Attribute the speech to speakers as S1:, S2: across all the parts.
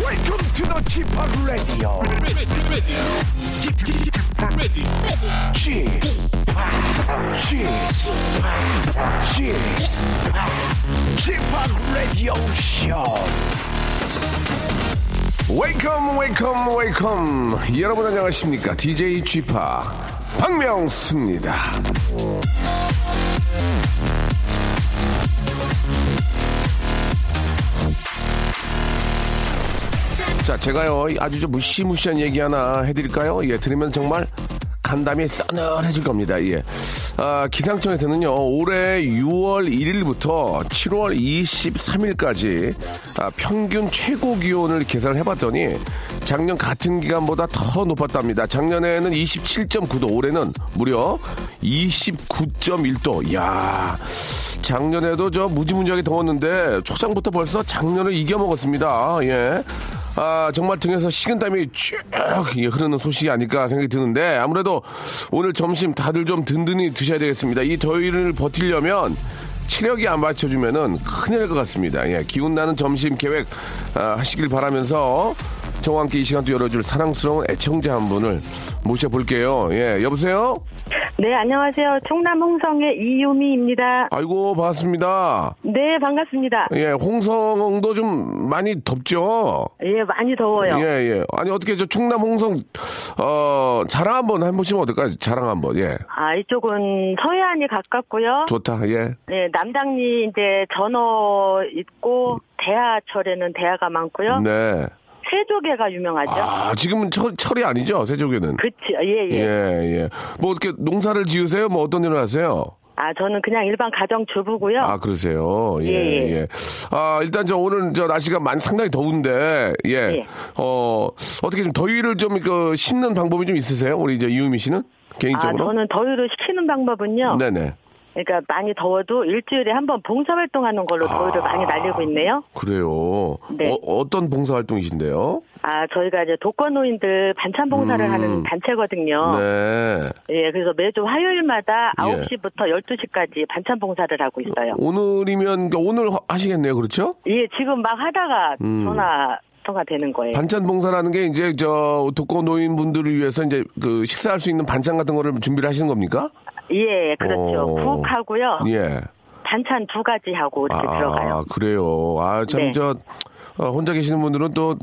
S1: Welcome to the Chip Radio. Chip Chip Chip Radio Show. 웨이컴 웨이컴 웨이컴 여러분 안녕하십니까 DJ g p 박명수입니다 자 제가요 아주 좀 무시무시한 얘기 하나 해드릴까요 예 들으면 정말 간담이 싸늘해질 겁니다 예 아, 기상청에서는요 올해 6월 1일부터 7월 23일까지 아, 평균 최고 기온을 계산을 해봤더니 작년 같은 기간보다 더 높았답니다. 작년에는 27.9도, 올해는 무려 29.1도. 야 작년에도 저 무지무지하게 더웠는데 초장부터 벌써 작년을 이겨먹었습니다. 예. 아, 정말 등에서 식은땀이 쭉 예, 흐르는 소식이 아닐까 생각이 드는데 아무래도 오늘 점심 다들 좀 든든히 드셔야 되겠습니다. 이 더위를 버티려면 체력이 안 받쳐주면은 큰일 날 것 같습니다. 예, 기운 나는 점심 계획 아, 하시길 바라면서 저와 함께 이 시간도 열어줄 사랑스러운 애청자 한 분을 모셔볼게요. 예, 여보세요?
S2: 네, 안녕하세요. 충남 홍성의 이유미입니다.
S1: 아이고, 반갑습니다.
S2: 네, 반갑습니다.
S1: 예, 홍성도 좀 많이 덥죠?
S2: 예, 많이 더워요.
S1: 예, 예. 아니, 어떻게 저 충남 홍성, 어, 자랑 한번 해보시면 어떨까요? 자랑 한 번, 예.
S2: 아, 이쪽은 서해안이 가깝고요.
S1: 좋다, 예.
S2: 네, 남당리 이제 전어 있고 대하철에는 대하가 많고요.
S1: 네.
S2: 세조개가 유명하죠.
S1: 아, 지금은 철, 철이 아니죠? 세조개는.
S2: 그치, 예,
S1: 예,
S2: 예.
S1: 예. 뭐 어떻게 농사를 지으세요? 뭐 어떤 일을 하세요?
S2: 아, 저는 그냥 일반 가정주부고요.
S1: 아, 그러세요. 예, 예.
S2: 예, 예.
S1: 아, 일단 저 오늘 저 날씨가 많이 상당히 더운데, 예.
S2: 예.
S1: 어, 어떻게 좀 더위를 좀 그, 씻는 방법이 좀 있으세요? 우리 이제 이유미 씨는?
S2: 아,
S1: 개인적으로?
S2: 저는 더위를 식히는 방법은요.
S1: 네네.
S2: 그러니까 많이 더워도 일주일에 한 번 봉사활동하는
S1: 아.
S2: 걸로 더위를 많이 날리고 있네요.
S1: 그래요.
S2: 네.
S1: 어, 어떤 봉사활동이신데요?
S2: 아, 저희가 이제 독거노인들 반찬 봉사를 하는 단체거든요.
S1: 음. 네.
S2: 예, 그래서 매주 화요일마다
S1: 예.
S2: 9시부터 12시까지 반찬 봉사를 하고 있어요.
S1: 오늘이면, 그러니까 오늘 하- 하시겠네요. 그렇죠?
S2: 예, 지금 막 하다가 전화 통화 되는
S1: 음.
S2: 거예요.
S1: 반찬 봉사라는 게 이제 저 독거 노인분들을 위해서 이제 그 식사할 수 있는 반찬 같은 거를 준비를 하시는 겁니까?
S2: 예, 그렇죠.
S1: 오.
S2: 국하고요.
S1: 어. 예. 아,
S2: 반찬 두 가지 하고 이렇게 아, 들어가요.
S1: 그래요. 아, 참,
S2: 네.
S1: 저, 어, 혼자 계시는 분들은 또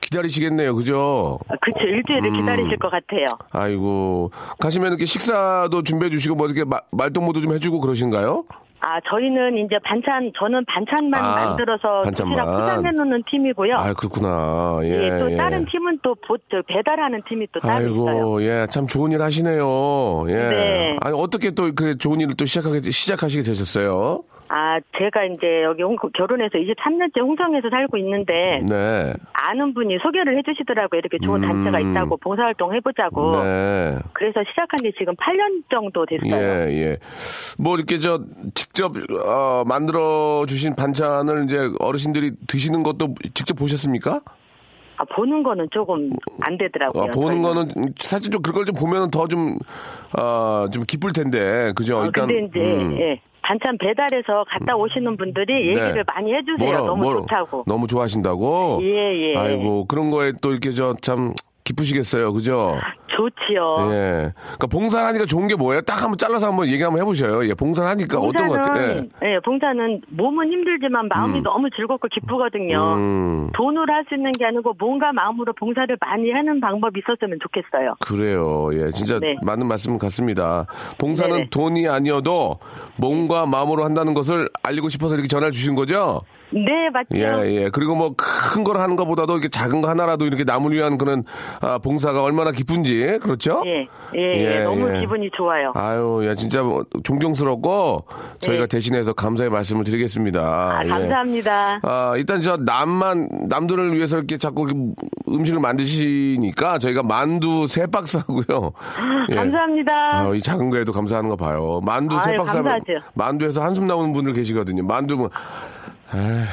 S1: 기다리시겠네요. 그죠?
S2: 아, 그쵸. 일주일을
S1: 음.
S2: 기다리실 것 같아요.
S1: 아이고. 가시면 이렇게 식사도 준비해 주시고, 뭐 이렇게 마- 말동무도 좀 해주고 그러신가요?
S2: 아, 저희는 이제 반찬, 저는 반찬만
S1: 아,
S2: 만들어서
S1: 반찬만.
S2: 도시락 포장해 놓는 팀이고요.
S1: 아, 그렇구나. 예.
S2: 예, 또
S1: 예.
S2: 다른 팀은 또 보, 저 배달하는 팀이 또 따로 그 있어요.
S1: 아이고, 예, 참 좋은 일 하시네요. 예.
S2: 네.
S1: 아니, 어떻게 또 그 좋은 일을 또 시작하게, 시작하시게 되셨어요?
S2: 아, 제가 이제 여기 홍- 결혼해서 23년째 홍성에서 살고 있는데
S1: 네.
S2: 아는 분이 소개를 해주시더라고요. 이렇게 좋은 단체가 있다고 봉사활동 해보자고.
S1: 음. 네.
S2: 그래서 시작한 지 지금 8년 정도
S1: 예,
S2: 됐어요.
S1: 예. 뭐 이렇게 저 직접 어, 만들어 주신 반찬을 이제 어르신들이 드시는 것도 직접 보셨습니까?
S2: 아, 보는 거는 조금 안 되더라고요.
S1: 아, 보는
S2: 저희는.
S1: 거는 사실 좀 그걸 좀 보면 더좀 어, 좀 기쁠 텐데 그죠?
S2: 어,
S1: 일단
S2: 근데 이제
S1: 음.
S2: 예, 반찬 배달해서 갔다 오시는 분들이 얘기를
S1: 네.
S2: 많이 해주세요.
S1: 뭐라-
S2: 너무
S1: 뭐라-
S2: 좋다고.
S1: 너무 좋아하신다고.
S2: 예, 예.
S1: 아이고 그런 거에 또 이렇게 저 참 기쁘시겠어요, 그죠?
S2: 좋지요.
S1: 예. 그러니까 봉사를 하니까 좋은 게 뭐예요? 딱 한번 잘라서 한번 얘기 한번 해보셔요. 예, 봉사를 하니까 어떤 것 같아요? 예.
S2: 봉사는 예, 봉사는 몸은 힘들지만 마음이 너무 즐겁고 기쁘거든요.
S1: 음.
S2: 돈으로 할 수 있는 게 아니고 몸과 마음으로 봉사를 많이 하는 방법이 있었으면 좋겠어요.
S1: 그래요. 예, 진짜
S2: 네.
S1: 맞는 말씀 같습니다. 봉사는
S2: 네네.
S1: 돈이 아니어도 몸과 마음으로 한다는 것을 알리고 싶어서 이렇게 전화를 주신 거죠?
S2: 네, 맞죠.
S1: 예, 예. 그리고 뭐 큰 걸 하는 것보다도 이렇게 작은 거 하나라도 이렇게 남을 위한 그런 아, 봉사가 얼마나 기쁜지, 그렇죠?
S2: 예, 예, 예,
S1: 예,
S2: 너무
S1: 예.
S2: 기분이 좋아요.
S1: 아유, 야, 진짜 뭐 존경스럽고 저희가
S2: 예.
S1: 대신해서 감사의 말씀을 드리겠습니다.
S2: 아,
S1: 예.
S2: 감사합니다.
S1: 아, 일단 저 남만 남들을 위해서 이렇게 자꾸 이렇게 음식을 만드시니까 저희가 만두 세 박스 하고요. 예.
S2: 아, 감사합니다.
S1: 아유, 이 작은 거에도 감사하는 거 봐요. 만두 세
S2: 아유,
S1: 박스 하면
S2: 감사하죠.
S1: 만두에서 한숨 나오는 분들 계시거든요. 만두 분. 에휴.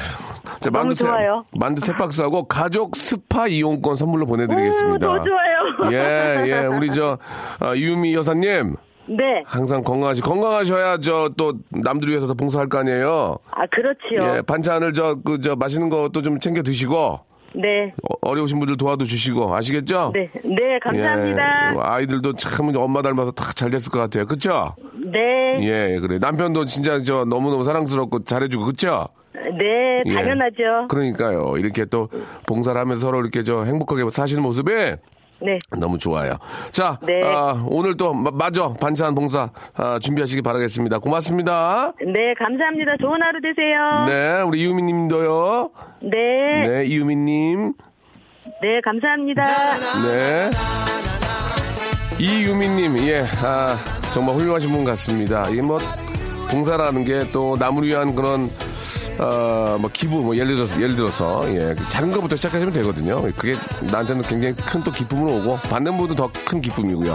S1: 자,
S2: 너무
S1: 세-
S2: 좋아요.
S1: 만두 세 박스하고 가족 스파 이용권 선물로 보내드리겠습니다.
S2: 오, 더 좋아요.
S1: 예, 예. 우리 저, 아, 이유미 여사님.
S2: 네.
S1: 항상 건강하시, 건강하셔야 저 또 남들 위해서 더 봉사할 거 아니에요?
S2: 아, 그렇지요.
S1: 예, 반찬을 저, 그, 저, 맛있는 것도 좀 챙겨 드시고.
S2: 네.
S1: 어- 어려우신 분들 도와도 주시고 아시겠죠?
S2: 네. 네, 감사합니다.
S1: 예, 아이들도 참 엄마 닮아서 다 잘 됐을 것 같아요. 그쵸?
S2: 네.
S1: 예, 그래. 남편도 진짜 저 너무너무 사랑스럽고 잘해주고, 그쵸?
S2: 네,
S1: 예.
S2: 당연하죠.
S1: 그러니까요. 이렇게 또 봉사를 하면서 서로 이렇게 저 행복하게 사시는 모습이
S2: 네.
S1: 너무 좋아요. 자,
S2: 네.
S1: 아, 오늘 또 마- 마저 반찬 봉사 아, 준비하시기 바라겠습니다. 고맙습니다.
S2: 네, 감사합니다. 좋은 하루 되세요.
S1: 네, 우리 이유미 님도요.
S2: 네. 네,
S1: 네, 이유미 님.
S2: 감사합니다.
S1: 네. 이유미님, 예, 아, 정말 훌륭하신 분 같습니다. 이게 뭐, 봉사라는 게 또 남을 위한 그런, 어, 뭐, 기부, 뭐, 예를 들어서, 예를 들어서, 예, 작은 것부터 시작하시면 되거든요. 그게 나한테는 굉장히 큰 또 기쁨으로 오고, 받는 분도 더 큰 기쁨이고요.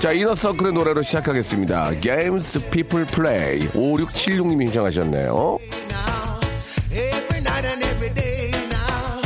S1: 자, 이너서클의 노래로 시작하겠습니다. Games People Play. 5676님이 신청하셨네요.
S3: now, every night and every day now,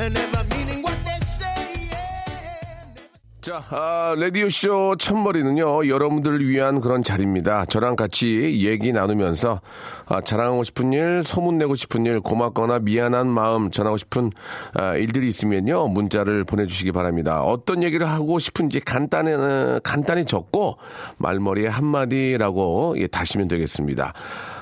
S3: and never meaning what they say. Yeah.
S1: 자, 아, 라디오쇼 첫머리는요, 여러분들을 위한 그런 자리입니다. 저랑 같이 얘기 나누면서, 아, 자랑하고 싶은 일, 소문내고 싶은 일, 고맙거나 미안한 마음 전하고 싶은 아, 일들이 있으면요, 문자를 보내주시기 바랍니다. 어떤 얘기를 하고 싶은지 간단히, 어, 간단히 적고, 말머리에 한마디라고 예, 다시면 되겠습니다.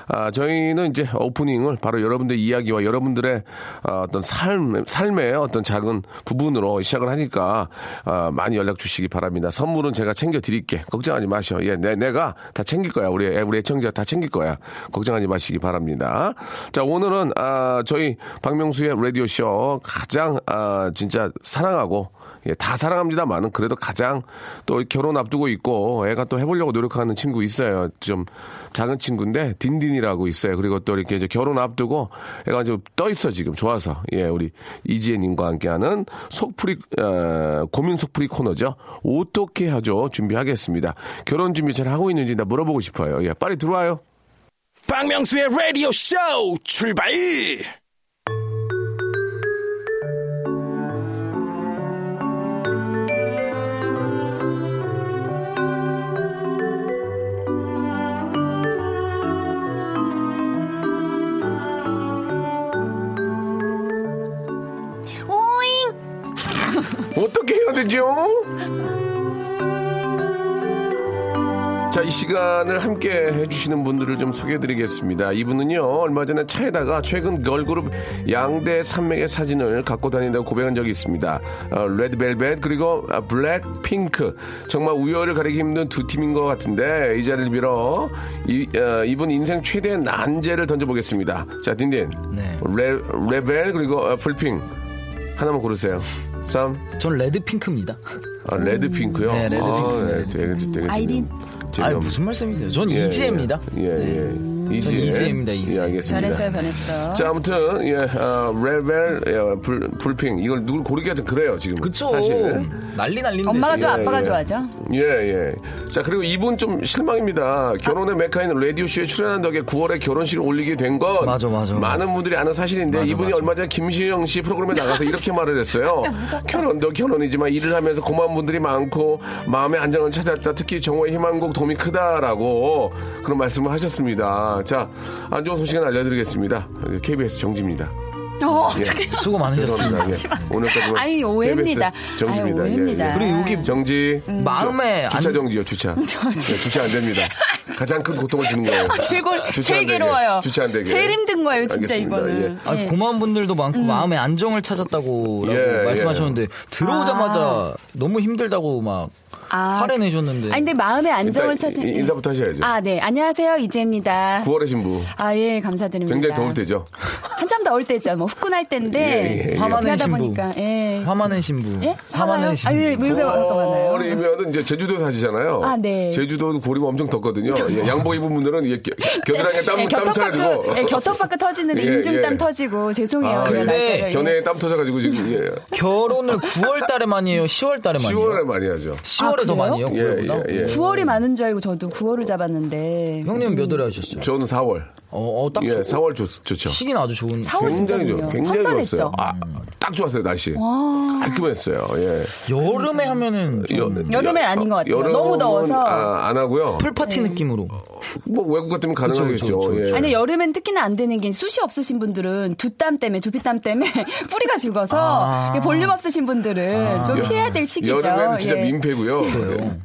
S1: 아, 저희는 이제 오프닝을 바로 여러분들 이야기와 여러분들의 아, 어떤 삶, 삶의 어떤 작은 부분으로 시작을 하니까 아, 많이 연락 주시기 바랍니다. 선물은 제가 챙겨드릴게. 걱정하지 마셔. 예, 내, 내가 다 챙길 거야. 우리, 애- 우리 애청자 다 챙길 거야. 걱정하지 마시기 바랍니다. 자, 오늘은 아, 저희 박명수의 라디오쇼 가장 아, 진짜 사랑하고 예, 다 사랑합니다만은 그래도 가장 또 결혼 앞두고 있고 애가 또 해보려고 노력하는 친구 있어요. 좀 작은 친구인데 딘딘이라고 있어요. 그리고 또 이렇게 이제 결혼 앞두고 애가 좀 떠 있어 지금 좋아서 예 우리 이지혜님과 함께하는 속풀이 어, 고민 속풀이 코너죠. 어떻게 하죠? 준비하겠습니다. 결혼 준비 잘 하고 있는지 나 물어보고 싶어요. 예 빨리 들어와요.
S4: 박명수의 라디오 쇼 출발!
S5: 오잉!
S1: 어떻게 해야 되죠? 자, 이 시간을 함께 해주시는 분들을 좀 소개해드리겠습니다. 이분은요, 얼마 전에 차에다가 최근 걸그룹 양대 산맥의 사진을 갖고 다닌다고 고백한 적이 있습니다. 어, 레드벨벳, 그리고 아, 블랙핑크. 정말 우열을 가리기 힘든 두 팀인 것 같은데, 이 자리를 빌어 이, 어, 이분 인생 최대의 난제를 던져보겠습니다. 자, 딘딘.
S6: 네.
S1: 레, 레벨, 그리고 어, 블핑. 하나만 고르세요. 쌈.
S6: 전 레드핑크입니다.
S1: 아, 레드핑크요?
S6: 네, 레드핑크입니다,
S1: 아, 네,
S6: 레드핑크.
S1: 되게, 되게
S5: 아이린?
S1: 재미
S6: 아 무슨 말씀이세요? 전
S1: 예,
S6: 아, 이지혜입니다. 네.
S1: 예, 예. 이지혜.
S6: 저는 이지혜입니다, 이지혜.
S1: 예, 알겠습니다.
S5: 변했어요, 변했어.
S1: 자, 아무튼, 예, 아, 레벨, 예, 불, 불핑. 이걸 누굴 고르기가 좀 그래요, 지금.
S6: 그쵸?
S1: 사실.
S6: 난리 난리인데.
S5: 엄마가
S6: 지금.
S5: 좋아, 아빠가
S1: 예.
S5: 좋아하죠?
S1: 예, 예. 자, 그리고 이분 좀 실망입니다. 결혼의 메카인 라디오쇼에 출연한 덕에 9월에 결혼식을 올리게 된 건.
S6: 맞아, 맞아.
S1: 많은 분들이 아는 사실인데, 이분이
S6: 맞아.
S1: 얼마 전에 김시영 씨 프로그램에 나가서 이렇게 말을 했어요. 결혼도 결혼이지만 일을 하면서 고마운 분들이 많고, 마음의 안정을 찾았다. 특히 정호의 희망곡 도움이 크다라고 그런 말씀을 하셨습니다. 자, 안 좋은 소식은 알려드리겠습니다. KBS 정지입니다.
S5: 어,
S1: 예.
S5: 어떡해요.
S6: 수고 많으셨습니다.
S1: 죄송합니다. 예. 오늘까지.
S5: 아니, 오해입니다.
S1: 정지입니다.
S5: 아유,
S1: 예, 예.
S5: 오해입니다.
S6: 그리고 여기
S1: 정지.
S6: 마음에
S1: 주차
S6: 안-
S1: 정지요 주차 네, 주차 안 됩니다 가장 큰 고통을 주는 거예요
S5: 어, 제일, 골-
S1: 주차 안
S5: 제일
S1: 되게,
S5: 괴로워요.
S1: 주차 안 되게
S5: 제일 힘든 거예요, 진짜
S1: 알겠습니다.
S5: 이거는.
S1: 예.
S6: 아,
S5: 예.
S6: 고마운 분들도 많고 마음의 안정을 찾았다고
S1: 예, 예.
S6: 말씀하셨는데 들어오자마자 너무 힘들다고 막
S5: 아.
S6: 화를 내셨는데
S5: 아니, 근데 마음의 안정을
S1: 일단
S5: 찾은.
S1: 인- 인사부터 하셔야죠
S5: 아, 네. 안녕하세요, 이지혜입니다.
S1: 9월의 신부
S5: 아, 예, 감사드립니다.
S1: 굉장히 더울 때죠
S5: 한참 더울 때죠. 뭐, 후끈할
S1: 예, 예,
S5: 때인데.
S1: 예.
S6: 화만의
S5: 하다
S6: 신부.
S5: 보니까, 예.
S6: 화만의 신부.
S5: 예? 화나요?
S6: 화만의
S5: 아,
S6: 신부.
S5: 예, 왜 이렇게 화가 나요?
S1: 겨울이면 이제 제주도 사시잖아요.
S5: 아, 네.
S1: 제주도는 고리가 엄청 덥거든요. 예, 양복 입은 분들은 이게 겨- 겨드랑이에 땀,
S5: 예,
S1: 땀 차가지고.
S5: 겨터파크, 예, 겨터파크 터지는데
S1: 예,
S5: 인중땀
S1: 예.
S5: 터지고, 죄송해요.
S1: 아,
S5: 그런
S6: 근데
S5: 날짜를. 예.
S1: 견해에 땀 터져가지고 지금 예.
S5: 아,
S6: 결혼을 9월 달에 많이 해요? 10월 달에 많이 해요?
S1: 10월에 많이 하죠.
S6: 10월에
S5: 아, 그래요?
S6: 더 많이 해요?
S1: 예,
S6: 9월보다?
S1: 예, 예.
S5: 9월이 많은 줄 알고 저도 9월을 잡았는데.
S6: 형님 몇 월에 하셨어요?
S1: 저는 4월.
S6: 어, 어, 딱
S1: 예,
S6: 좋-
S1: 4월 좋, 좋죠.
S6: 시기는 아주 좋은.
S5: 4월 진짜
S1: 굉장히 좋,
S5: 좋네요.
S1: 굉장히
S5: 선선했죠?
S1: 좋았어요. 아, 딱 좋았어요 날씨. 깔끔했어요. 예.
S6: 여름에 하면은 좀
S1: 여-
S5: 음. 여름엔 아닌 것 같아요.
S1: 여름은,
S5: 너무 더워서.
S1: 아, 안 하고요.
S5: 네.
S6: 풀파티 느낌으로. 느낌으로.
S1: 뭐 외국 같으면 가능하겠죠.
S6: 그쵸, 그쵸.
S1: 예.
S5: 아니 여름엔 특히나 안 되는 게 숱이 없으신 분들은 두땀 때문에 두피땀 때문에 뿌리가 죽어서
S6: 아.
S5: 볼륨 없으신 분들은 좀 피해야 될 시기죠.
S1: 아. 여름에는 진짜
S5: 예.
S1: 민폐고요.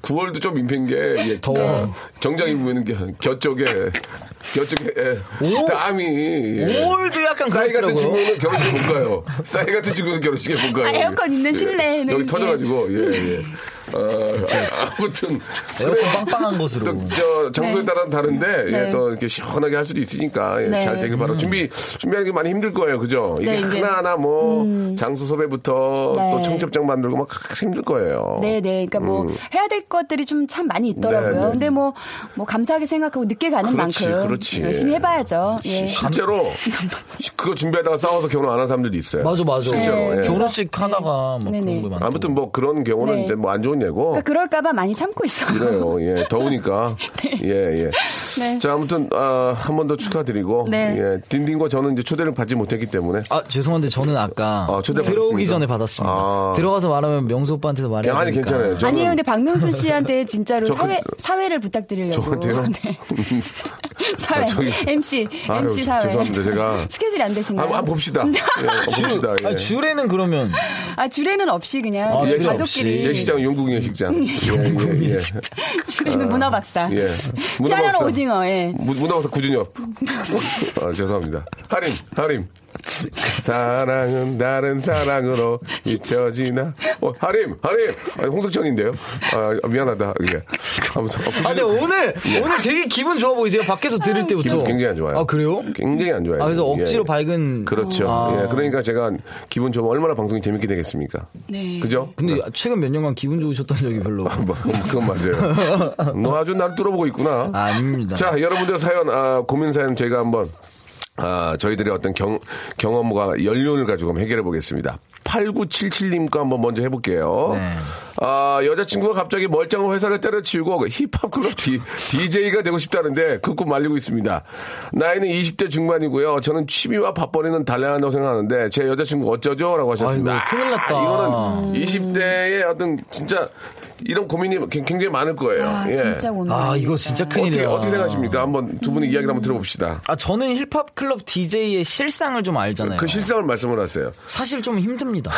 S1: 9월도 좀 민폐인 게 예,
S6: 더워.
S1: 정장 입으면 겨, 겨 쪽에 겨 쪽에 예,
S6: 오.
S1: 땀이 예.
S6: 올도 약간
S1: 싸이 같은
S6: 그렇더라고요.
S1: 친구는 결혼식에 못 가요. 싸이 같은 친구는 결혼식에 못 가요.
S5: 아, 에어컨 있는 실내에는
S1: 여기
S5: 예.
S1: 터져가지고 예 예. 어, 아무튼
S6: 에어컨 빵빵한 곳으로.
S1: 또저 장소에
S5: 네.
S1: 따라 다른데 예,
S5: 네.
S1: 또 이렇게 시원하게 할 수도 있으니까 예,
S5: 네.
S1: 잘 되길
S6: 음.
S1: 바라. 준비 준비하는 게 많이 힘들 거예요, 그죠? 이게
S5: 네, 이제. 음.
S1: 하나하나 뭐 장소 섭외부터
S5: 네.
S1: 또 청첩장 만들고 막 힘들 거예요.
S5: 네, 네. 그러니까 뭐 해야 될 것들이 좀 참 많이 있더라고요.
S1: 음. 네, 네.
S5: 근데 뭐 뭐 감사하게 생각하고 늦게 가는
S1: 그렇지,
S5: 만큼
S1: 그렇지.
S5: 열심히 해봐야죠. 예.
S1: 실제로 그거 준비하다가 싸워서 결혼 안 한 사람들도 있어요.
S6: 맞아 맞아.
S1: 네.
S6: 결혼식 하다가 막
S5: 네네.
S6: 그런 거 많아.
S1: 아무튼 뭐 그런 경우는
S5: 네.
S1: 이제 뭐 안 좋은 예고.
S5: 그러니까 그럴까봐 많이 참고 있어요.
S1: 그래요. 예, 더우니까. 예, 예.
S5: 네.
S1: 자, 아무튼 아, 한 번 더 축하드리고
S5: 네.
S1: 예, 딘딘과 저는 이제 초대를 받지 못했기 때문에
S6: 아 죄송한데 저는 아까
S1: 아, 초대
S6: 들어오기
S1: 받았습니다.
S6: 전에 받았습니다.
S1: 아.
S6: 들어가서 말하면 명수 오빠한테도 말해야
S1: 아니
S6: 되니까.
S1: 괜찮아요. 저는
S5: 아니에요. 근데 박명수 씨한테 진짜로
S1: 저 그-
S5: 사회 사회를 부탁드리려고.
S1: 저한테요?
S5: 네. 사회
S1: 아, 저기-
S5: MC
S1: 아유,
S5: MC 사회. 네.
S1: 죄송합니다. 제가 아,
S5: 스케줄이 안 되시나요?
S1: 한번, 한번 봅시다. 예, 한번 봅시다. 예.
S6: 아니, 주례는 그러면
S5: 아, 주례는 없이 그냥
S6: 아,
S5: 저희
S6: 주례
S5: 가족끼리
S6: 없이.
S1: 예식장 영국 예식장.
S6: 영국
S1: 예, 예, 예.
S5: 주례는 문화 박사.
S1: 예. 문화 박사.
S5: 피아노 오징어. 예.
S1: 무- 문화고사 구준엽. 아, 죄송합니다. 하림, 하림. 사랑은 다른 사랑으로 잊혀지나. 어, 하림, 하림. 아니, 홍석천인데요. 아, 미안하다. 예. 아무튼. 어,
S6: 아 근데 오늘 오늘 되게 기분 좋아 보이세요. 밖에서 들을 때부터
S1: 기분 네. 굉장히 안 좋아요.
S6: 아 그래요?
S1: 굉장히 안 좋아요.
S6: 아, 그래서 억지로
S1: 예.
S6: 밝은
S1: 그렇죠.
S6: 아.
S1: 예, 그러니까 제가 기분 좋으면 얼마나 방송이 재밌게 되겠습니까?
S5: 네.
S1: 그죠?
S6: 근데 최근 몇 년간 기분 좋으셨던 적이 별로
S1: 뭐, 그건 맞아요. 너 아주 날 뚫어보고 있구나.
S6: 아, 아닙니다.
S1: 자, 여러분들 사연, 아, 고민 사연 저희가 한번, 아, 저희들의 어떤 경, 경험과 연륜을 가지고 한번 해결해 보겠습니다. 8977님과 한번 먼저 해볼게요.
S6: 네.
S1: 아, 여자친구가 갑자기 멀쩡한 회사를 때려치우고 힙합클럽 디, DJ가 되고 싶다는데 그 꿈 말리고 있습니다. 나이는 20대 중반이고요. 저는 취미와 밥벌이는 달라한다고 생각하는데 제 여자친구 어쩌죠? 라고 하셨습니다.
S6: 아이고, 큰일 났다.
S1: 이거는 20대의 어떤 진짜 이런 고민이 굉장히 많을 거예요.
S5: 아,
S1: 예.
S5: 진짜 고민.
S6: 아 이거 진짜
S1: 어떻게,
S6: 큰일이야.
S1: 어떻게 생각하십니까? 한번 두 분의 이야기를 한번 들어봅시다.
S6: 아 저는 힙합 클럽 DJ의 실상을 좀 알잖아요.
S1: 그 실상을 말씀을 하세요.
S6: 사실 좀 힘듭니다.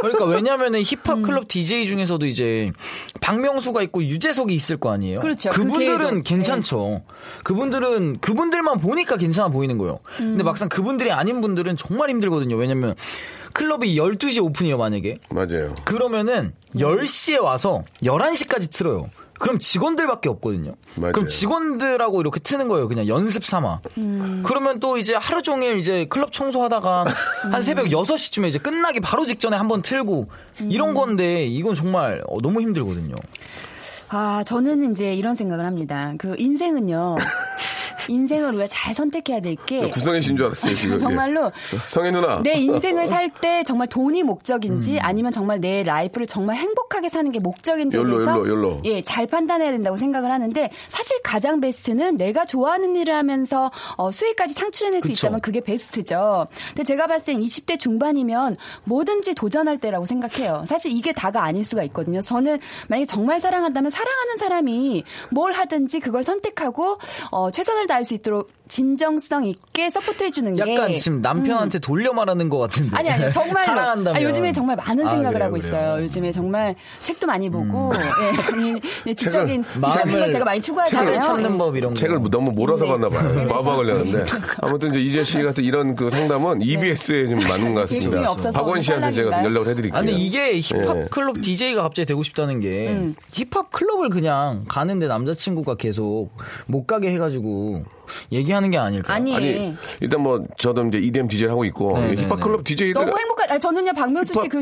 S6: 그러니까 왜냐면은
S5: 음.
S6: 힙합 클럽 DJ 중에서도 이제 박명수가 있고 유재석이 있을 거 아니에요.
S5: 그렇죠.
S6: 분들은
S5: 그 계획은.
S6: 괜찮죠. 그분들은 그분들만 보니까 괜찮아 보이는 거예요.
S5: 음.
S6: 근데 막상 그분들이 아닌 분들은 정말 힘들거든요. 왜냐면 클럽이 12시 오픈이에요, 만약에.
S1: 맞아요.
S6: 그러면은
S5: 네.
S6: 10시에 와서 11시까지 틀어요. 그럼 직원들밖에 없거든요.
S1: 맞아요.
S6: 그럼 직원들하고 이렇게 트는 거예요. 그냥 연습 삼아.
S5: 음.
S6: 그러면 또 이제 하루 종일 이제 클럽 청소하다가
S5: 음.
S6: 한 새벽 6시쯤에 이제 끝나기 바로 직전에 한번 틀고
S5: 음.
S6: 이런 건데 이건 정말 어, 너무 힘들거든요.
S5: 아, 저는 이제 이런 생각을 합니다. 그 인생은요. 인생을 우리가 잘 선택해야 될 게
S1: 구성의 신인 줄 알았어요, 지금.
S5: 네. 정말로 네.
S1: 예. 성혜 누나.
S5: 내 인생을 살 때 정말 돈이
S6: 음.
S5: 목적인지 아니면 정말 내 라이프를 정말 행복하게 사는 게 목적인지에
S1: 욜로,
S5: 대해서
S1: 욜로, 욜로.
S5: 예, 잘 판단해야 된다고 생각을 하는데 사실 가장 베스트는 내가 좋아하는 일을 하면서 어, 수익까지 창출해낼 수
S6: 그쵸.
S5: 있다면 그게 베스트죠. 근데 제가 봤을 땐 20대 중반이면 뭐든지 도전할 때라고 생각해요. 사실 이게 다가 아닐 수가 있거든요. 저는 만약에 정말 사랑한다면 사랑하는 사람이 뭘 하든지 그걸 선택하고 어, 최선을 다할 수 있도록 진정성 있게 서포트해 주는 게 음.
S6: 약간 지금 남편한테 돌려 말하는 것 같은데.
S5: 아니 아니요 정말로
S6: 사랑한다면.
S5: 아, 요즘에 정말 많은
S6: 네. 아,
S5: 생각을
S6: 그래요,
S5: 하고
S6: 그래요. 음.
S5: 있어요. 요즘에 정말 책도 많이 보고 예, 당연히 예, 지적인 지적인
S6: 마음을
S5: 걸 제가 많이
S6: 책을
S5: 추구하잖아요.
S6: 참는
S5: 예.
S6: 법 이런 거.
S1: 책을 뭐 너무 몰아서
S5: 네.
S1: 봤나 봐요. 마바 걸렸는데. 아무튼 이제 이재 씨 같은 이런 그 상담은 EBS에 좀 맞는 것
S5: 재능이
S1: 같습니다.
S5: 네. 없어서
S1: 박원 씨한테
S5: 혼란인가요?
S1: 제가 연락을 해드릴게요.
S6: 아니 이게
S1: 예.
S6: 힙합 클럽 DJ가 갑자기 되고 싶다는 게
S5: 음.
S6: 힙합 클럽을 그냥 가는데 남자친구가 계속 못 가게 해가지고 얘기하는 게 아닐까?
S5: 아니,
S1: 아니, 일단 뭐 저도 이제 EDM DJ를 하고 있고
S6: 네, 네,
S1: 힙합클럽 DJ를
S5: 너무 행복한. 아니, 저는요 박명수 씨 그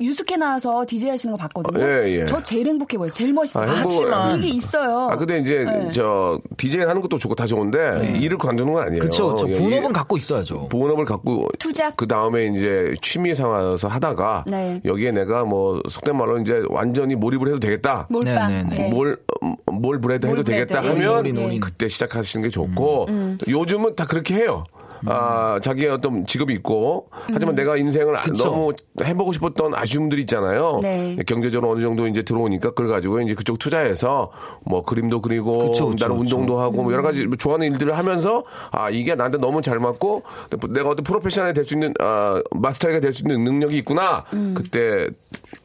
S5: 유숙해 나와서 DJ 하시는 거 봤거든요.
S1: 예, 예.
S5: 저 제일 행복해 보여요. 제일 멋있어요.
S1: 아, 행복을-
S5: 이게 있어요.
S1: 아 근데 이제
S5: 네.
S1: 저 DJ 하는 것도 좋고 다 좋은데 일을 관두는 건 아니에요.
S6: 네. 그렇죠.
S1: 예, 이-
S6: 본업은 갖고 있어야죠.
S1: 본업을 갖고
S5: 투잡.
S1: 그 다음에 이제 취미 삼아서 하다가
S5: 네.
S1: 여기에 내가 뭐 속된 말로 이제 완전히 몰입을 해도 되겠다.
S5: 몰빵.
S6: 네, 네, 네.
S5: 예.
S1: 뭘, 음, 뭘 브레드 해도
S5: 뭘 브레드,
S1: 되겠다
S5: 예,
S1: 하면
S5: 올인, 올인.
S1: 그때 시작하시는 게 좋고 요즘은 다 그렇게 해요. 아, 자기의 어떤 직업이 있고 하지만 내가 인생을 아- 너무 해보고 싶었던 아쉬움들이 있잖아요.
S5: 네.
S1: 경제적으로 어느 정도 이제 들어오니까 그걸 가지고 이제 그쪽 투자해서 뭐 그림도 그리고
S6: 그쵸, 그쵸,
S1: 나는
S6: 그쵸.
S1: 운동도 하고 뭐 여러 가지 뭐 좋아하는 일들을 하면서 아 이게 나한테 너무 잘 맞고 내가 어떤 프로페셔널이 될 수 있는 아, 마스터가 될 수 있는 능력이 있구나. 그때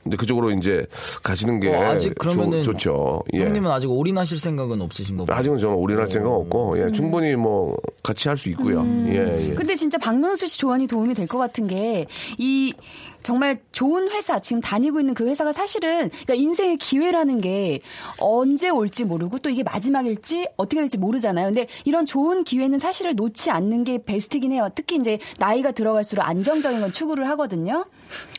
S1: 이제 그쪽으로 이제 가시는 게
S6: 어, 아직 그러면은
S1: 예, 좋, 죠 예.
S6: 형님은 아직 올인하실 생각은 없으신 거고. 음.
S1: 아직은 저는 올인할 생각 없고 예, 충분히 뭐 같이 할 수 있고요. 예, 예.
S5: 근데 진짜 박명수 씨 조언이 도움이 될 것 같은 게 이 정말 좋은 회사 지금 다니고 있는 그 회사가 사실은 그러니까 인생의 기회라는 게 언제 올지 모르고 또 이게 마지막일지 어떻게 될지 모르잖아요. 근데 이런 좋은 기회는 사실을 놓지 않는 게 베스트긴 해요. 특히 이제 나이가 들어갈수록 안정적인 걸 추구를 하거든요.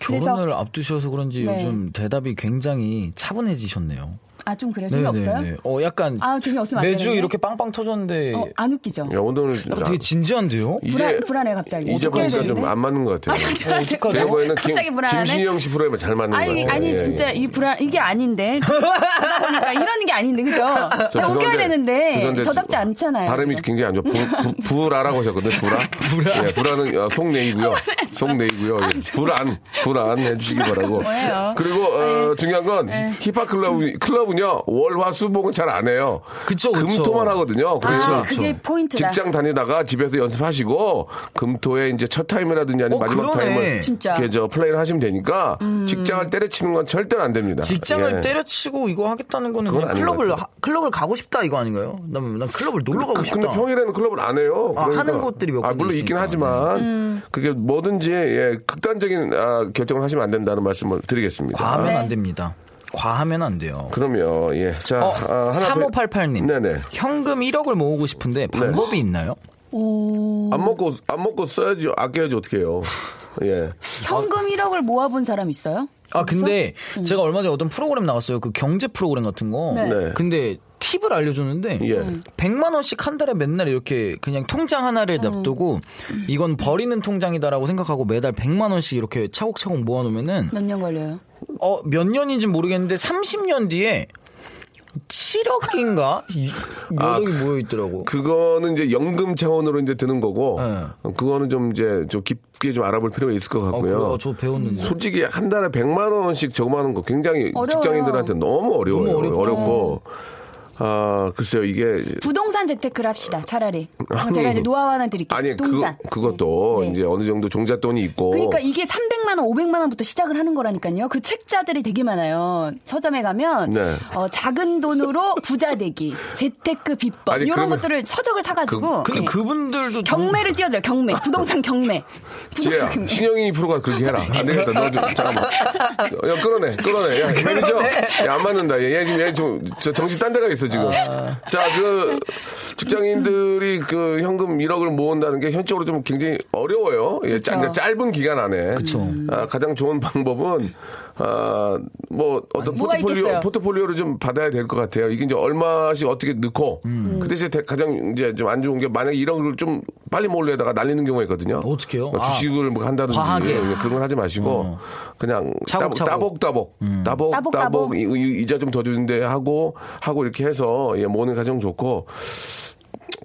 S6: 결혼을 앞두셔서 그런지
S5: 네.
S6: 요즘 대답이 굉장히 차분해지셨네요.
S5: 아 좀 그래요? 재미없어요?
S6: 네, 네. 어, 약간
S5: 아, 재미없으면 안
S6: 매주
S5: 되는데?
S6: 이렇게 빵빵 터졌는데
S5: 어, 안 웃기죠.
S1: 야, 오늘
S6: 약간 어, 되게 진지한데요?
S1: 이제
S5: 불안, 불안해 갑자기.
S1: 이제
S5: 어떻게 해야
S1: 보니까 좀
S5: 되는데?
S1: 안 맞는 것 같아요.
S5: 아, 진짜
S1: 어, 제가 보기에는
S5: 갑자기
S1: 김,
S5: 불안하네.
S1: 김신영 씨 프로에 잘 맞는 것
S5: 아니,
S1: 같아요.
S5: 아니
S1: 예,
S5: 진짜
S1: 예.
S5: 이 불안 이게 아닌데 그러다 보니까 이러는 게 아닌데 그죠?
S1: 저
S5: 나 웃겨야
S1: 죄송한데-
S5: 되는데
S1: 죄송한데
S5: 저답지
S1: 저-
S5: 않잖아요.
S1: 발음이
S5: 지금.
S1: 굉장히 안 좋아. 부, 부, 부라라고 하셨거든요. 부라. 부라. 예, 부라는 어,
S5: 아,
S1: 속내이고요. 속내이고요. 예. 불안, 불안 해주시기 바라고.
S5: 뭐예요? 네.
S1: 그리고 어, 중요한 건 힙합 클럽 클럽은요 월화수목은 잘 안 해요.
S6: 그쵸, 그쵸.
S1: 금토만 하거든요. 그래서
S5: 아, 그게 포인트다.
S1: 그렇죠. 직장 다니다가 집에서 연습하시고 금토에 이제 첫 타임이라든지 아니면
S6: 어,
S1: 마지막
S6: 그러네.
S1: 타임을
S5: 진짜. 음.
S1: 이렇게 저 플레이를 하시면 되니까 직장을 때려치는 건 절대 안 됩니다.
S6: 직장을
S1: 예.
S6: 때려치고 이거 하겠다는 거는
S1: 그건
S6: 그냥
S1: 아닌 것
S6: 클럽을
S1: 같아요.
S6: 하- 클럽을 가고 싶다 이거 아닌가요? 난, 난 클럽을 놀러 가고
S1: 그-
S6: 싶다.
S1: 근데 평일에는 클럽을 안 해요.
S6: 아, 하는 곳들이 몇
S1: 아,
S6: 군데
S1: 물론 있긴
S6: 있으니까.
S1: 하지만 그게 뭐든지 예, 극단적인 아, 결정을 하시면 안 된다는 말씀을 드리겠습니다.
S6: 과하면
S5: 네.
S6: 안 됩니다. 과하면 안 돼요.
S1: 그럼요. 예. 자,
S6: 어,
S1: 아, 하나 더-
S6: 3588님.
S1: 네네. 네.
S6: 현금 1억을 모으고 싶은데 방법이 있나요?
S1: 안 먹고 안 먹고 써야지 아껴야지 어떻게 해요? 예.
S5: 현금 1억을 모아본 사람 있어요?
S6: 아 근데 제가 얼마 전에 어떤 프로그램 나왔어요. 그 경제 프로그램 같은 거.
S5: 음. 네. 음.
S1: 네.
S6: 근데 팁을 알려줬는데
S1: 예.
S6: 100만 원씩 한 달에 맨날 이렇게 그냥 통장 하나를
S5: 음.
S6: 냅두고 이건 버리는 통장이다라고 생각하고 매달 100만 원씩 이렇게 차곡차곡 모아놓으면은
S5: 몇 년 걸려요?
S6: 어, 몇 년인지 모르겠는데 30년 뒤에 7억인가?
S1: 아,
S6: 몇 억이 모여있더라고.
S1: 그거는 이제 연금 차원으로 이제 드는 거고 어,
S6: 네.
S1: 그거는 좀 이제 좀 깊게 좀 알아볼 필요가 있을 것
S6: 아,
S1: 같고요.
S6: 그거 저 배웠는데.
S1: 솔직히 한 달에 100만 원씩 저금하는 거 굉장히
S5: 어려워요. 네.
S1: 직장인들한테 너무 어려워요.
S6: 너무 어렵죠.
S1: 어렵고 아 글쎄요 이게
S5: 부동산 재테크를 합시다. 차라리 그럼 제가
S1: 아니,
S5: 이제 노하우 하나 드릴게요.
S1: 음. 아니 그
S5: 동산.
S1: 그것도
S5: 네.
S1: 이제 어느 정도 종잣돈이 있고
S5: 그러니까 이게 300만 원, 500만 원부터 시작을 하는 거라니까요. 그 책자들이 되게 많아요. 서점에 가면
S1: 네.
S5: 어, 작은 돈으로 부자 되기, 재테크 비법
S1: 아니,
S5: 이런
S1: 그러면-
S5: 것들을 서적을 사가지고
S6: 근데
S5: 네.
S6: 그분들도
S5: 경매를 뛰어들어요. 경매, 부동산 경매, 부동산
S1: 아. 지혜야,
S5: 경매.
S1: 신영이 프로가 그렇게 해라. 안 되겠다. 너 좀, 잠깐만. 야, 끌어내, 끌어내. 야, 매니저. 야, 안 맞는다. 얘, 얘 지금, 얘 좀, 저 정신 딴 데가 있어, 지금. 자, 그, 직장인들이 그 현금 1억을 모은다는 게 현적으로 좀 굉장히 어려워요. 예, 짜- 그러니까 짧은 기간 안에.
S6: 그쵸.
S1: 아, 가장 좋은 방법은, 아, 뭐, 어떤
S5: 뭐가
S1: 포트폴리오,
S5: 있겠어요?
S1: 포트폴리오를 좀 받아야 될 것 같아요. 이게 이제 얼마씩 어떻게 넣고,
S5: 음.
S1: 그 대신에 대- 가장 이제 좀 안 좋은 게 만약에 1억을 좀 빨리 모으려다가 날리는 경우가 있거든요.
S6: 어떡해요? 아,
S1: 어, 주식을 뭐 한다든지
S6: 과하게. 어.
S1: 예, 그런 걸 하지 마시고 그냥 따복
S6: 차곡차곡. 음.
S1: 따복 따복 따복
S5: 따복,
S1: 따복
S5: 따복.
S1: 이- 이- 이자 좀 더 주는데 하고 하고 이렇게 해서 예, 모으는 가장 좋고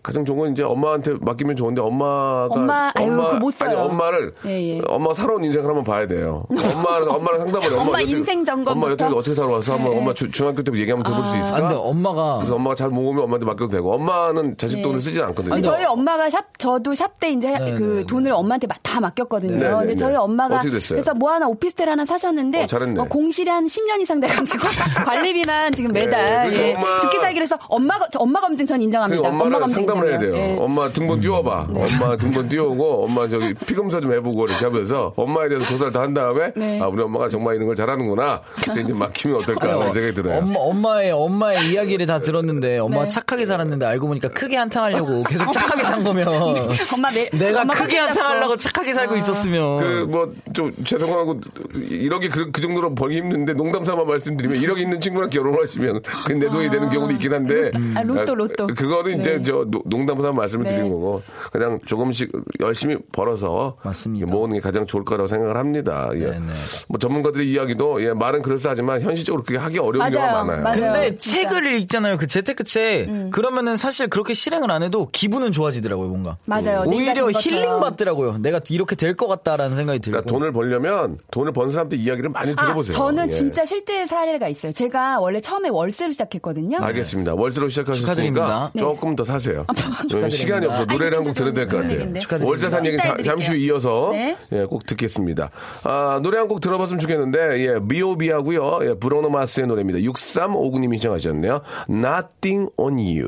S1: 가장 좋은 건 이제 엄마한테 맡기면 좋은데 엄마가
S5: 엄마, 아유, 그거 못 써요.
S1: 아니 엄마를
S5: 예, 예.
S1: 엄마 살아온 인생을 한번 봐야 돼요. 엄마를 엄마를 상담을 해.
S5: 엄마
S1: 여태-
S5: 인생 점검부터?
S1: 엄마 여태 어떻게 살아와서 한번 엄마 주- 중학교 때부터 얘기 한번 들어볼 수
S6: 아, 근데
S1: 있을까?
S6: 엄마가
S1: 그래서 엄마가 잘 모으면 엄마한테 맡겨도 되고 엄마는 자식 돈을 쓰진 않거든요.
S5: 네. 아니, 저희 엄마가 샵 저도 샵 때 이제
S6: 네,
S5: 그
S6: 네.
S5: 돈을 엄마한테 막 다 맡겼거든요.
S1: 네, 네,
S5: 근데
S1: 네.
S5: 저희 엄마가
S1: 어떻게 됐어요?
S5: 그래서 뭐 하나 오피스텔 하나 사셨는데
S1: 어, 잘했네.
S5: 뭐 공실이 한 10년 이상 돼가지고 관리비만 지금 매달
S1: 네, 그러니까
S5: 예,
S1: 엄마-
S5: 죽기 살기로 해서 엄마 거- 저 엄마 검증 전 인정합니다.
S1: 그리고 엄마랑 상담을 해야 돼요.
S5: 인정해요. 네. 예.
S1: 엄마 등본 띄워봐. 엄마 등본 띄우고 엄마 저기 피검사 좀 해보고 이렇게 하면서 엄마에 대해서 조사를 다 한 다음에
S5: 네.
S1: 아 우리 엄마가 정말 이런 걸 잘하는구나. 그때 이제 맡기면 어떨까 하는 생각이 들어요.
S6: 엄마, 엄마의 엄마의 이야기를 다 들었는데 엄마가
S5: 네.
S6: 착하게 살았는데 알고 보니까 크게 한탕하려고 계속 착하게 산 거면
S5: 엄마 매-
S6: 내가
S5: 엄마
S6: 크게
S5: 깜짝
S6: 한탕하려고
S5: 놀랐어. 아.
S6: 착하게 살고 있었으면
S5: 어.
S1: 그 뭐 좀 죄송하고 1억이 그, 그 정도로 벌기 힘든데 농담 삼아 말씀드리면 1억 있는 친구랑 결혼하시면 그내 돈이 되는 경우도 있긴 한데
S5: 아, 로또,
S1: 아,
S5: 로또.
S1: 그거는 이제
S5: 네.
S1: 저 노- 농- 농담삼아 말씀을
S5: 네.
S1: 드린 거고 그냥 조금씩 열심히 벌어서
S6: 맞습니다.
S1: 모으는 게 가장 좋을 거라고 생각을 합니다. 예.
S6: 네.
S1: 뭐 전문가들의 이야기도 예, 말은 그럴싸하지만 현실적으로 그게 하기 어려운 경우가
S5: 맞아요.
S1: 많아요.
S5: 맞아요.
S6: 근데
S5: 진짜. 음.
S6: 책을 읽잖아요. 그 재테크 책. 그러면은 사실 그렇게 실행을 안 해도 기분은 좋아지더라고요, 뭔가.
S5: 맞아요. 냉가
S6: 오히려
S5: 된 것처럼.
S6: 힐링 받더라고요. 내가 이렇게 될 것 같다라는 생각이 들고.
S1: 그러니까 돈을 벌려면 돈을 번 사람들 이야기를 많이 들어보세요.
S5: 아, 저는
S1: 예.
S5: 진짜 실제 사례가 있어요. 제가 원래 처음에 월세로 시작했거든요.
S1: 알겠습니다. 월세로 시작하셨으니까
S6: 네. 축하드립니다.
S1: 조금 더 사세요. 왜냐면
S6: 네. 아, 축하드립니다.
S1: 시간이 없어. 노래를
S5: 아니,
S1: 한 곡
S5: 진짜
S1: 들어야 될 것
S5: 좋은
S1: 같아요.
S5: 얘기인데.
S6: 축하드립니다.
S1: 월세 산 얘기는
S5: 이따
S1: 자-
S5: 해드릴게요.
S1: 잠시 후 이어서
S5: 네.
S1: 예, 꼭 듣겠습니다. 아, 노래 한 곡 들어봤으면 좋겠는데 예, 미오비하고요. 예, 브로노 마스의 노래입니다. 6359님이 신청하셨네요. Nothing on you.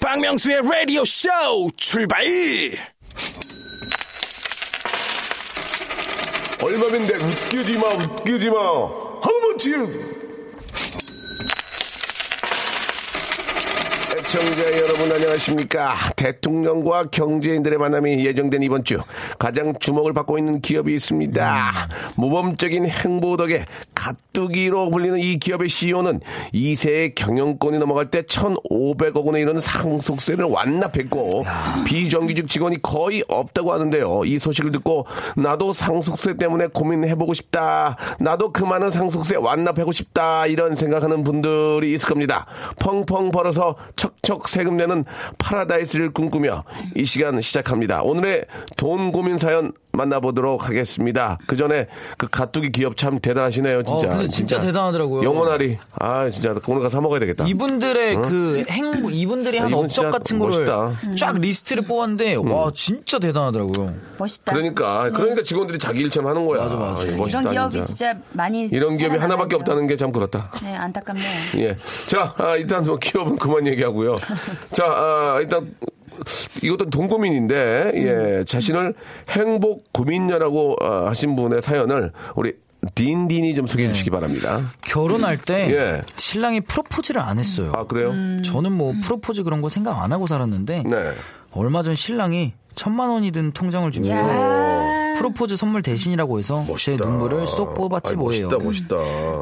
S4: 박명수의 라디오 쇼 출발!
S1: 얼마인데 웃기지 마 웃기지 마. How much? 시청자 여러분 안녕하십니까 대통령과 경제인들의 만남이 예정된 이번 주 가장 주목을 받고 있는 기업이 있습니다 모범적인 행보 덕에 가뚜기로 불리는 이 기업의 CEO는 2세의 경영권이 넘어갈 때 1,500억 원에 이르는 상속세를 완납했고 비정규직 직원이 거의 없다고 하는데요 이 소식을 듣고 나도 상속세 때문에 고민해보고 싶다 나도 그 많은 상속세 완납하고 싶다 이런 생각하는 분들이 있을 겁니다 펑펑 벌어서 척척 세금 내는 파라다이스를 꿈꾸며 이 시간 시작합니다. 오늘의 돈 고민 사연 만나보도록 하겠습니다. 그 전에 그 가뚜기 기업 참 대단하시네요, 진짜.
S6: 어, 근데 진짜 대단하더라고요.
S1: 영원하리. 아, 진짜 오늘 가서 사 먹어야 되겠다.
S6: 이분들의 그 행보, 이분들이 한
S1: 이분 진짜
S6: 업적 같은 거를
S1: 멋있다. 음.
S6: 쫙 리스트를 뽑았는데, 와, 진짜 대단하더라고요.
S5: 멋있다.
S6: 네.
S1: 그러니까 그러니까 직원들이 자기 일참 하는 거야. 맞아, 맞아. 멋있다,
S5: 이런 기업이
S1: 진짜.
S5: 진짜 많이
S1: 이런 기업이
S5: 살아나가야죠.
S1: 하나밖에 없다는 게 참 그렇다.
S5: 네, 안타깝네요.
S1: 예. 자, 아, 일단 뭐 기업은 그만 얘기하고요. 자, 아, 일단 이것도 돈 고민인데,
S6: 음.
S1: 예, 자신을 행복 고민녀라고 아, 하신 분의 사연을 우리 딘딘이 좀
S6: 네.
S1: 소개해 주시기 바랍니다.
S6: 결혼할 때,
S1: 예.
S6: 신랑이 프로포즈를 안 했어요.
S1: 아, 그래요?
S6: 저는 뭐 프로포즈 그런 거 생각 안 하고 살았는데,
S1: 네.
S6: 얼마 전 신랑이 천만 원이 든 통장을 주면서 프로포즈 선물 대신이라고 해서 제 눈물을 쏙 뽑았지
S1: 아이,
S6: 뭐예요. 음.
S1: 멋있다, 멋있다.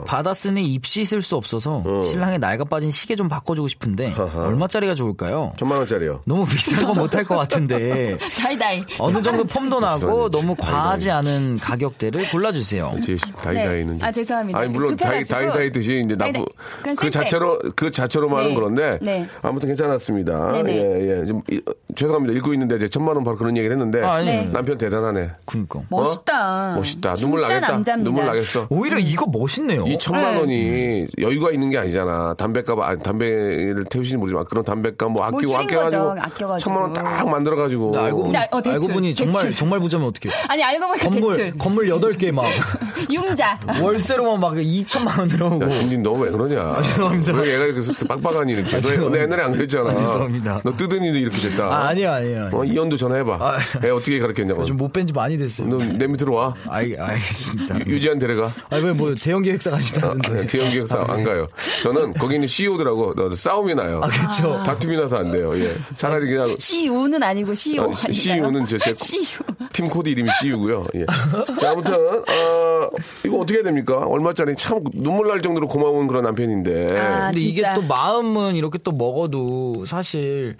S6: 받았으니 입 씻을 수 없어서 신랑의 낡아 빠진 시계 좀 바꿔주고 싶은데 얼마짜리가 좋을까요?
S1: 천만 원짜리요.
S6: 너무 비싼 건 못할 것 같은데
S5: 다이다이.
S6: 어느 정도 폼도 나고
S1: 죄송해요.
S6: 너무 과하지 않은 가격대를 골라주세요.
S1: 제 다이다이는.
S5: 아, 죄송합니다.
S1: 아니, 물론 다이,
S5: 급해가지고.
S1: 다이다이 뜻이 이제 나쁘,
S5: 다이다이. 그건
S1: 그
S5: 쌩쌩.
S1: 자체로, 그 자체로만은
S5: 네.
S1: 그런데,
S5: 네.
S1: 아무튼 괜찮았습니다.
S5: 네네.
S1: 예, 예. 좀, 이- 죄송합니다. 읽고 있는데, 이제 천만 원 바로 그런 얘기를 했는데,
S6: 아, 아니
S5: 네.
S6: 요
S1: 남편 대단하네.
S6: 그니까
S5: 멋있다.
S1: 어? 멋있다. 눈물
S5: 진짜
S1: 나겠다.
S5: 남자입니다.
S1: 눈물 나겠어.
S6: 오히려 음. 이거 멋있네요.
S1: 이 천만 원이 여유가 있는 게 아니잖아. 담배값, 아니, 담배를 태우시지 모르지만 그런 담배값 뭐 아끼고
S5: 줄인
S1: 아껴가지고.
S5: 거죠. 아껴가지고.
S1: 천만 원 딱 만들어가지고.
S6: 근데 알고 보니
S5: 나- 어, 대출,
S6: 알고 보니 정말
S5: 대출.
S6: 정말 부자면 어떻게?
S5: 아니 알고 보니까
S6: 건물
S5: 대출.
S6: 건물 8개 막
S5: 융자.
S6: 월세로만 막 2천만 원 들어오고
S1: 야, 김진 너 왜 그러냐.
S6: 뭐. 아, 죄송합니다.
S1: 왜 얘가 이렇게 빡빡하니 이렇게.
S6: 아,
S1: 너,
S6: 죄송합니다.
S1: 너 옛날에 안 그랬잖아.
S6: 아, 죄송합니다.
S1: 너 뜨더니도 이렇게 됐다.
S6: 아, 아니요, 아니요. 아니요.
S1: 어, 이현도 전화해봐.
S6: 아.
S1: 애 어떻게 가르쳤냐고.
S6: 요즘 뭐 못뵌지 많이 됐어요.
S1: 너 내 밑으로 와.
S6: 알, 알겠습니다. 아, 네.
S1: 유지한 데려가. 아,
S6: 아니, 왜 뭐 재형 기획사 가시다는데.
S1: 대형 기획사 안 가요. 저는 거기는 CEO들하고 싸움이 나요.
S6: 아, 그쵸.
S1: 다툼이 나서 안 돼요. 예. 차라리 그냥
S5: CU는 아니고 CEO.
S1: 아, CU는 제- 제-
S5: CU.
S1: 팀 코드 이름이 CU고요. 예. 자, 아무튼 어, 이거 어떻게 해야 됩니까? 얼마짜리 참 눈물 날 정도로 고마운 그런 남편인데.
S5: 아,
S6: 근데 이게
S5: 진짜.
S6: 또 마음은 이렇게 또 먹어도 사실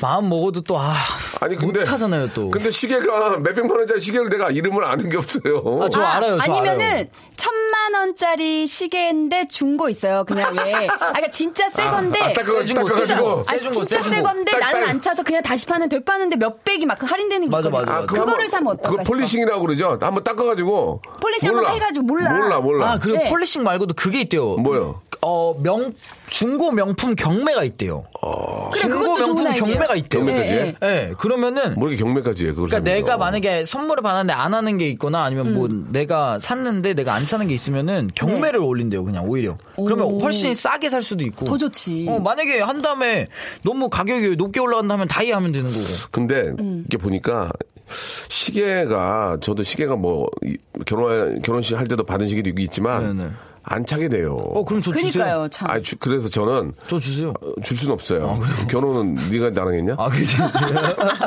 S6: 마음 먹어도 또 아,
S1: 아니 근데
S6: 못하잖아요, 또.
S1: 근데 시계가 몇백만 원짜리 시계를 내가 이름을 아는 게 없어요.
S6: 아, 저 알아요, 저
S5: 아니면은
S6: 알아요.
S5: 천만 원짜리 시계인데 중고 있어요. 그냥 예. 아, 그러니까 진짜 새 건데.
S1: 아, 닦아가지고,
S6: 세준 거, 세준
S1: 닦아가지고.
S6: 거.
S5: 아니,
S6: 세준 거,
S5: 진짜
S6: 세준
S5: 새
S6: 거.
S5: 건데
S1: 딱,
S5: 나는
S1: 딱.
S5: 안 차서 그냥 다시 파는 되 파는데 몇 백이 막 할인되는 게
S6: 맞아,
S5: 있거든요.
S6: 맞아, 맞아.
S1: 그거
S5: 그거를
S1: 한번-
S5: 사면 어떨까?
S1: 그거 폴리싱이라고 그러죠. 한번 닦아가지고.
S5: 폴리싱 한번
S1: 몰라.
S5: 해가지고 몰라.
S1: 몰라 몰라.
S6: 아, 그리고
S5: 네.
S6: 폴리싱 말고도 그게 있대요.
S1: 뭐요?
S6: 어, 명, 중고 명품 경매가 있대요.
S5: 그래, 그러니까
S6: 중고
S5: 그것도 좋은
S6: 명품
S5: 아이디어예요.
S6: 경매가 있대요.
S1: 경매까지 뭐
S5: 예,
S1: 해?
S5: 예.
S6: 예, 그러면은
S1: 모르게 경매까지 해. 그걸
S6: 그러니까
S1: 사면서.
S6: 내가 만약에 선물을 받았는데 안 하는 게 있거나 아니면 뭐
S5: 음.
S6: 내가 샀는데 내가 안 사는 게 있으면은 경매를 올린대요 그냥 오히려 그러면 훨씬 싸게 살 수도 있고
S5: 네. 더 좋지.
S6: 어, 만약에 한 다음에 너무 가격이 높게 올라간다면 다이 하면 되는 거고
S1: 근데
S5: 음.
S1: 이게 보니까 시계가 저도 시계가 뭐 이- 결혼 결혼식 할 때도 받은 시계도 있- 있지만
S6: 네네.
S1: 안 차게 돼요.
S6: 어 그럼 저 주세요
S5: 그니까요, 참.
S1: 아, 주- 그래서 저는
S6: 저 주세요
S1: 어, 줄 수는 없어요. 결혼은 네가 나랑 했냐?
S6: 아 그죠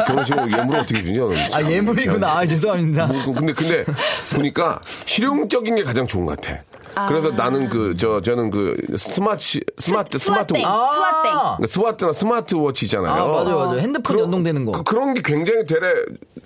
S1: 결혼식으로 예물을 어떻게 주냐? 너는
S6: 아
S1: 참
S6: 예물이구나 아 죄송합니다
S1: 뭐, 그- 근데 근데 보니까 실용적인 게 가장 좋은 것 같아. 그래서 나는 그 저 저는 그 스마트 스마트 스마트
S5: 스와땡.
S1: 워-
S5: 스와땡.
S1: 그러니까 스마트나 스마트워치잖아요.
S6: 아, 맞아요, 맞아요. 핸드폰 연동되는 거.
S1: 그, 런게 굉장히 되레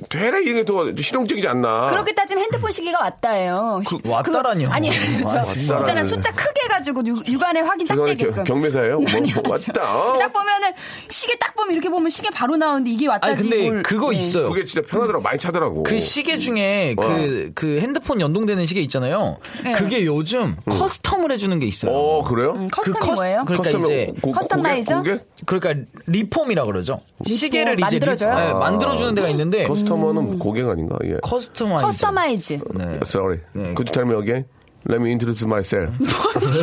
S1: 되레 이게 더 실용적이지 않나.
S5: 그렇게 따지면 핸드폰 시계가 왔다예요. 시-
S6: 그, 왔다라니요.
S5: 아니,
S6: 와,
S5: 저
S6: 진짜.
S5: 있잖아 숫자 크게 가지고 유- 육안에 확인 딱
S1: 주간에 겨-
S5: 되게끔.
S1: 경매사예요? 뭐,
S5: 아니요,
S1: 뭐
S5: 아니요.
S1: 왔다. 어?
S5: 딱 보면은 시계 딱 보면 이렇게 보면 시계 바로 나오는데 이게 왔다지.
S6: 아니 근데
S5: 뭘-
S6: 그거
S5: 네.
S6: 있어요.
S1: 그게 뭐. 진짜 편하더라고 많이 차더라고.
S6: 그 시계 중에
S1: 와.
S6: 그, 그 핸드폰 연동되는 시계 있잖아요.
S5: 네.
S6: 그게 요즘 커스텀을 해주는 게 있어요.
S1: 음. 어 그래요?
S5: 음,
S6: 그
S5: 커스텀이
S6: 커스-
S5: 뭐예요?
S6: 그러니까
S1: 커스텀
S6: 이제
S1: 고-
S5: 커스터마이저?
S1: 고객- 고객?
S6: 그러니까 리폼이라 그러죠. 시계를 이제
S5: 만들어줘요?
S6: 리- 네, 만들어주는 데가 있는데
S1: 음. 커스터머는 고객 아닌가? 예.
S6: 커스터마이저.
S5: 커스터마이즈.
S6: 네.
S1: Sorry. Could you tell me again? Let me introduce myself.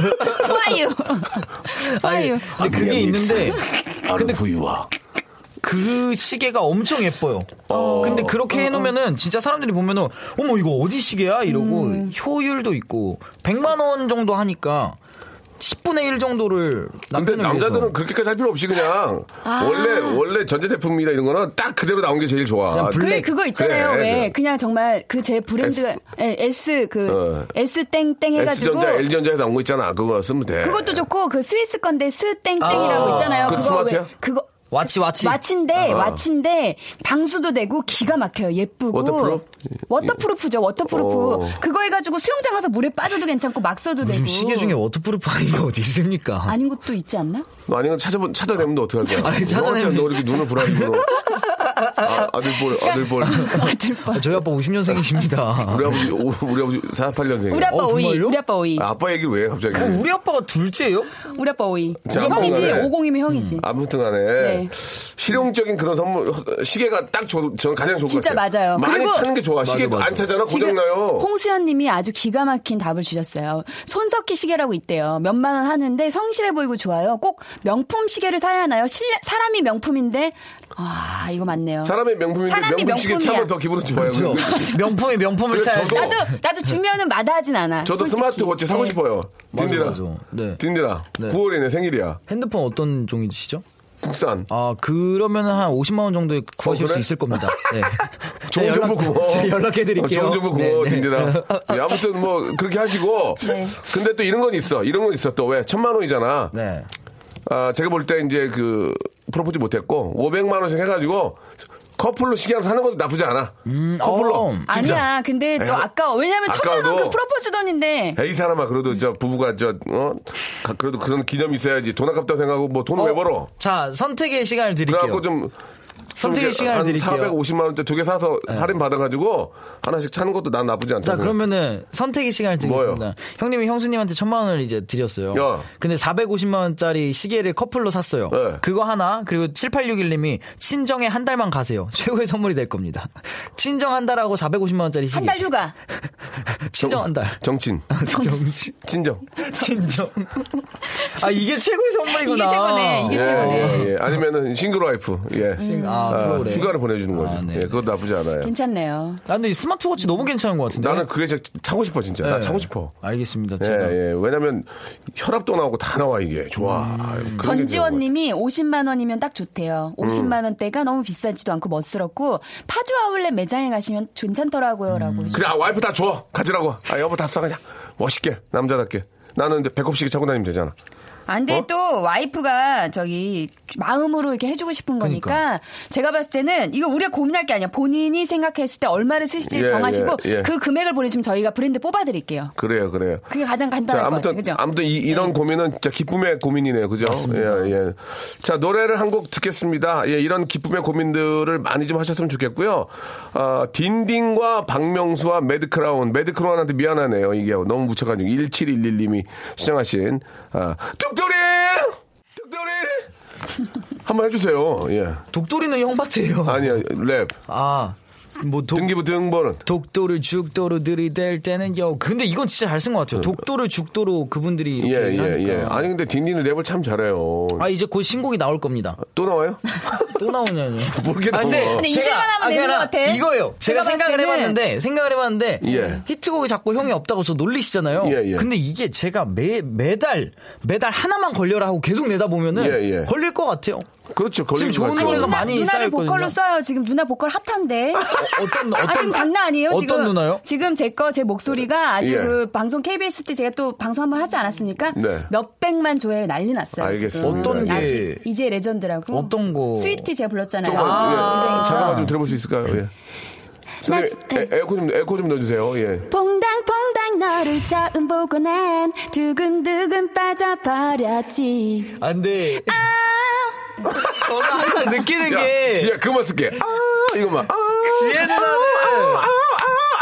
S5: 후아유.
S6: 아니,
S5: 후아유.
S6: 근데 그게 있는데 아,
S1: 나는 후유와.
S6: 그 시계가 엄청 예뻐요. 근데 그렇게 해놓으면은 진짜 사람들이 보면은 어머 이거 어디 시계야 이러고 효율도 있고 100만 원 정도 하니까 10분의 1 정도를
S1: 근데
S6: 남편을
S1: 남자들은
S6: 위해서
S1: 그렇게까지 할 필요 없이 그냥
S5: 아.
S1: 원래 원래 전자제품이나 이런 거는 딱 그대로 나온 게 제일 좋아.
S6: 그냥
S5: 그
S6: 블랙.
S5: 그거 있잖아요.
S1: 그래,
S5: 왜
S1: 그래.
S5: 그냥 정말 그 제 브랜드가 예, S 그
S1: 어.
S5: S 땡땡 해가지고
S1: S전자, L전자에 나온 거 있잖아. 그거 쓰면 돼.
S5: 그것도 좋고 그 스위스 건데 스 땡땡이라고
S6: 아.
S5: 있잖아요.
S1: 그거 스마트야?
S5: 왜- 그거
S6: 와치 와치.
S5: 왓인데 왓인데 방수도 되고 기가 막혀요 예쁘고
S1: 아. 워터프루프?
S5: 워터프루프죠 워터프루프
S1: 어.
S5: 그거 해가지고 수영장 가서 물에 빠져도 괜찮고 막 써도 되고
S6: 요즘 시계 중에 워터프루프 아닌 게 어디 있습니까?
S5: 아닌 것도 있지 않나?
S1: 너뭐 아니면 찾아본 찾아내면 너 어떡할 거야?
S6: 아니, 찾아내면-
S1: 너 이렇게 눈을 보라고. 아, 아들볼,
S5: 그러니까
S1: 아들볼.
S5: 아들 봐
S6: 저희 아빠 50년생이십니다.
S1: 우리 아버지, 오- 우리 아버지 48년생이야.
S5: 우리 아빠
S6: 어,
S5: 오이
S6: 정말요?
S5: 우리 아빠 오이
S1: 아, 아빠 얘기를 왜 해, 갑자기?
S6: 우리 아빠가 둘째예요?
S5: 우리 아빠 오이
S1: 자,
S5: 형이지
S1: 아무튼 간에.
S5: 50이면 형이지
S1: 음. 아무튼 간에
S5: 네.
S1: 실용적인 그런 선물 시계가 딱 저, 저는 가장 좋은
S5: 진짜
S1: 것 같아요.
S5: 맞아요.
S1: 많이
S5: 그리고-
S1: 찾는 게 좋아. 시계도
S6: 맞아.
S1: 안 찾잖아.
S5: 지금
S1: 고장나요.
S5: 홍수연님이 아주 기가 막힌 답을 주셨어요. 손석희 시계라고 있대요. 몇만 원 하는데 성실해 보이고 좋아요. 꼭 명품 시계를 사야 하나요? 실내, 사람이 명품인데 아 이거 맞네요.
S1: 어. 사람의 명품인데
S5: 사람이
S1: 명품 시계 차면
S5: 명품이야.
S1: 더 기분은 좋아요.
S6: 그렇죠. 명품에 명품을
S1: 그래,
S6: 차야
S1: 저도-
S5: 나도 나도 주면은 마다하진 않아.
S1: 저도
S5: 솔직히.
S1: 스마트워치 사고
S5: 네.
S1: 싶어요.
S6: 맞아,
S1: 딘디라.
S6: 맞아. 네.
S1: 딘디라.
S6: 네.
S1: 9월이네 생일이야.
S6: 핸드폰 어떤 종이시죠?
S1: 국산.
S6: 아 그러면 한 50만 원 정도에 구하실
S1: 어, 그래?
S6: 수 있을 겁니다. 네.
S1: 좋은
S6: 제가
S1: 정보 고마워.
S6: 제가 연락해드릴게요.
S1: 어, 좋은 정보 고마워,
S6: 네, 네.
S1: 딘디라. 예, 아무튼 뭐 그렇게 하시고.
S5: 네.
S1: 근데 또 이런 건 있어. 이런 건 있어. 또 왜? 천만 원이잖아.
S6: 네.
S1: 아, 제가 볼 때 이제 그 프로포즈 못했고 500만 원씩 해가지고 커플로 시계 하나 사는 것도 나쁘지 않아. 커플로.
S6: 어.
S1: 진짜.
S5: 아니야. 근데 또
S1: 에,
S5: 아까워. 왜냐면 천만 원
S1: 아까워도-
S5: 그 프로포즈 돈인데.
S1: 에이 사람아 그래도 저 부부가 저 어? 가- 그래도 그런 기념이 있어야지 돈 아깝다 생각하고 뭐 돈 왜 벌어?
S6: 자 선택의 시간을
S1: 그래갖고
S6: 드릴게요.
S1: 좀
S6: 선택의
S1: 좀 이렇게
S6: 시간을
S1: 한
S6: 드릴게요. 네.
S1: 450만 원대 두 개 사서 할인 받아가지고 하나씩 차는 것도 난 나쁘지 않다.
S6: 자
S1: 생각.
S6: 그러면은 선택의 시간을 드리겠습니다.
S1: 네. 뭐요?
S6: 형님이 형수님한테 천만 원을 이제 드렸어요.
S1: 야.
S6: 근데 450만 원짜리 시계를 커플로 샀어요.
S1: 네.
S6: 그거 하나 그리고 7861님이 친정에 한 달만 가세요. 최고의 선물이 될 겁니다. 친정 한 달하고 450만 원짜리 시계.
S5: 한 달 휴가.
S1: 아,
S6: 친정 한 달. 아,
S1: 정친
S6: 정신.
S1: 친정.
S6: 친정. 아 이게 최고의 선물이구나.
S5: 이게 최고네, 이게
S1: 예,
S5: 최고네.
S1: 예, 예. 아니면은 싱글 와이프. 예.
S6: 아,
S1: 아,
S6: 프로그램.
S1: 휴가를 보내주는 거지.
S6: 아, 네.
S1: 예, 그것도 나쁘지 않아요.
S5: 괜찮네요.
S6: 아, 근데 이 스마트워치 너무 괜찮은 것 같은데.
S1: 나는 그게 진짜 차고 싶어 진짜. 나
S6: 네.
S1: 차고 싶어.
S6: 알겠습니다.
S1: 예,
S6: 제가.
S1: 예. 왜냐면 혈압도 나오고 다 나와 이게. 좋아.
S6: 음.
S1: 아유, 그런 게 좋은 거야.
S5: 전지원님이 50만 원이면 딱 좋대요.
S1: 음.
S5: 50만 원대가 너무 비싸지도 않고 멋스럽고 파주 아울렛 매장에 가시면 괜찮더라고요라고. 해주-
S1: 그래 아, 와이프 다 줘. 가지라고. 아 여보 다 써 그냥. 멋있게 남자답게. 나는 이제 배꼽 시계 차고 다니면 되잖아.
S5: 안돼
S1: 어?
S5: 또 와이프가 저기 마음으로 이렇게 해주고 싶은 거니까
S1: 그러니까.
S5: 제가 봤을 때는 이거 우리가 고민할 게 아니야. 본인이 생각했을 때 얼마를 쓰실지
S1: 예,
S5: 정하시고
S1: 예, 예.
S5: 그 금액을 보내시면 저희가 브랜드 뽑아드릴게요.
S1: 그래요, 그래요.
S5: 그게 가장
S1: 자,
S5: 간단할 것 같아요.
S1: 아무튼
S5: 그죠? 네.
S1: 아무튼 이, 런 고민은 진짜 기쁨의 고민이네요, 그죠? 예, 예. 자, 노래를 한 곡 듣겠습니다. 예, 이런 기쁨의 고민들을 많이 좀 하셨으면 좋겠고요. 아, 딘딘과 박명수와 매드크라운, 매드크라운한테 미안하네요. 이게 너무 묻혀가지고 1711님이 시청하신 아, 뚝돌이, 뚝돌이 한번 해주세요. 예,
S6: 독도리는 형밭이에요.
S1: 아니야 랩.
S6: 아, 뭐 독.
S1: 등기부 등본은
S6: 독도를 죽도로 들이댈 때는 요. 근데 이건 진짜 잘 쓴 것 같아요. 독도를 죽도로 그분들이
S1: 네. 예,
S6: 이렇게
S1: 예,
S6: 하니까.
S1: 예. 아니 근데 딘딘은 랩을 참 잘해요.
S6: 아 이제 곧 신곡이 나올 겁니다.
S1: 또 나와요?
S6: 또 나오냐니? 아,
S1: 모르겠다, 뭐.
S5: 근데 이제만 하면 되는 것 같아.
S6: 그러니까 이거요.
S5: 제가
S6: 제가,
S5: 봤을
S6: 생각을
S5: 때는-
S6: 해봤는데 생각을 해봤는데
S1: 예.
S6: 히트곡이 자꾸 형이 없다고 저 놀리시잖아요.
S1: 예, 예.
S6: 근데 이게 제가 매 매달 매달 하나만 걸려라 하고 계속 내다 보면은
S1: 예, 예.
S6: 걸릴 것 같아요.
S1: 그렇죠. 걸리는
S6: 지금 좋은
S1: 것 같죠.
S6: 노래가 많이
S5: 누나를
S6: 쌓였거든요.
S5: 보컬로 써요. 지금 누나 보컬 핫한데.
S6: 어떤
S5: 아, 지금 장난 아니에요,
S6: 어떤
S5: 지금.
S6: 누나요?
S5: 지금 제 거, 제 목소리가 아주
S1: 예.
S5: 그 방송 KBS 때 제가 또 방송 한 번 하지 않았습니까?
S1: 네.
S5: 몇백만 조회 난리 났어요.
S1: 알겠습니다.
S6: 어떤
S5: 지금.
S6: 게-
S5: 아직 이제 레전드라고.
S6: 어떤 거?
S5: 스위티 제가 불렀잖아요.
S1: 조금
S6: 아.
S1: 예, 잠깐만 좀 들어볼 수 있을까요? 예. 선생님,
S5: 나-
S1: 에, 에코 좀 에코 좀 넣어주세요. 예.
S5: 퐁당퐁당 너를 처음 보고 난 두근두근 빠져버렸지.
S1: 아,
S5: 아,
S6: 안돼. 저는 항상 느끼는
S1: 야,
S6: 게 지혜,
S1: 지혜 그만 쓸게. 아, 이거만. 아,
S6: 누나는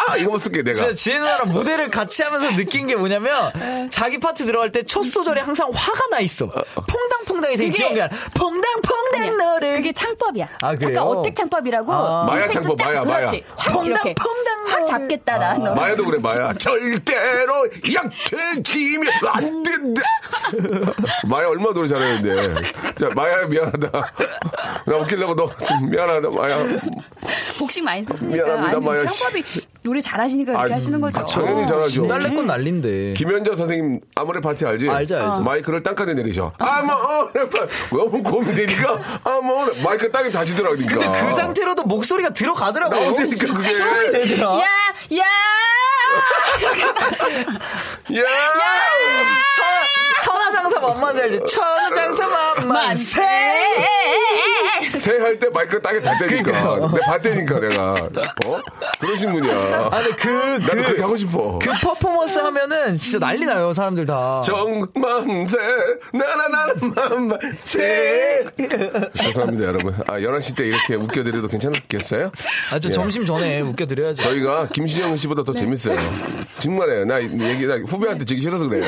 S1: 아, 이거만 쓸게 내가.
S6: 진짜 지혜 누나랑 무대를 같이 하면서 느낀 게 뭐냐면 자기 파트 들어갈 때 첫 소절에 항상 화가 나 있어. 퐁당퐁당이 되게
S5: 그게-
S6: 귀여운 게 아니라 퐁당퐁당 네, 너를
S5: 네, 그게 창법이야.
S6: 아, 그래요?
S5: 약간 어택 창법이라고.
S6: 아.
S1: 마야
S5: 임팩트
S1: 창법,
S5: 딱
S1: 마야,
S5: 그렇지.
S1: 마야.
S5: 확
S6: 퐁당,
S5: 이렇게.
S6: 퐁당
S5: 확
S6: 너를. 아.
S5: 잡겠다, 난 너를.
S1: 마야도 그래 마야. 절대로 약해지면 안 된다. 마야 얼마 나 노래 잘하는데. 자 마야 미안하다. 나 웃기려고 너 좀 미안하다 마야.
S5: 복식 많이 쓰시니까.
S1: 미안합니다,
S5: 아니,
S1: 마야 씨.
S5: 창법이 노래 잘하시니까 이렇게
S1: 아,
S5: 하시는 거죠.
S1: 당연히 잘하죠.
S6: 날래꽃 날린데.
S1: 김현자 선생님 아모레 파티 알지?
S6: 예.
S1: 어.
S6: 알죠, 알죠.
S1: 마이크를 땅까지 내리셔. 아모레 파티. 너무 고민되니까 아모레 마이크 그러니까. 땅에 다시 들어가니까.
S6: 근데 그 상태로도 목소리가 들어가더라고요.
S1: 아. 나오니까 그게.
S6: 소음이 되더라.
S5: 야, 야!
S1: 야!
S6: 천- 천하장사 만만세 할때 천하장사 만만세.
S5: 예,
S1: 새 할 때 마이크를 땅에 닿다니까.
S6: 그러니까.
S1: 내가 봤다니까 내가. 어? 그러신 분이야.
S6: 아니 그
S1: 나도 그렇게
S6: 그,
S1: 하고 싶어.
S6: 그 퍼포먼스 하면은 진짜 난리 나요 사람들 다.
S1: 정만세 나나나만만세 죄송합니다 여러분 아 11시 때 이렇게 웃겨드려도 괜찮겠어요?
S6: 아, 저
S1: 예.
S6: 점심 전에 웃겨드려야죠.
S1: 저희가 김신영 씨보다
S5: 네.
S1: 더 재밌어요 정말에 나 얘기 나 후배한테 지기 싫어서 그래요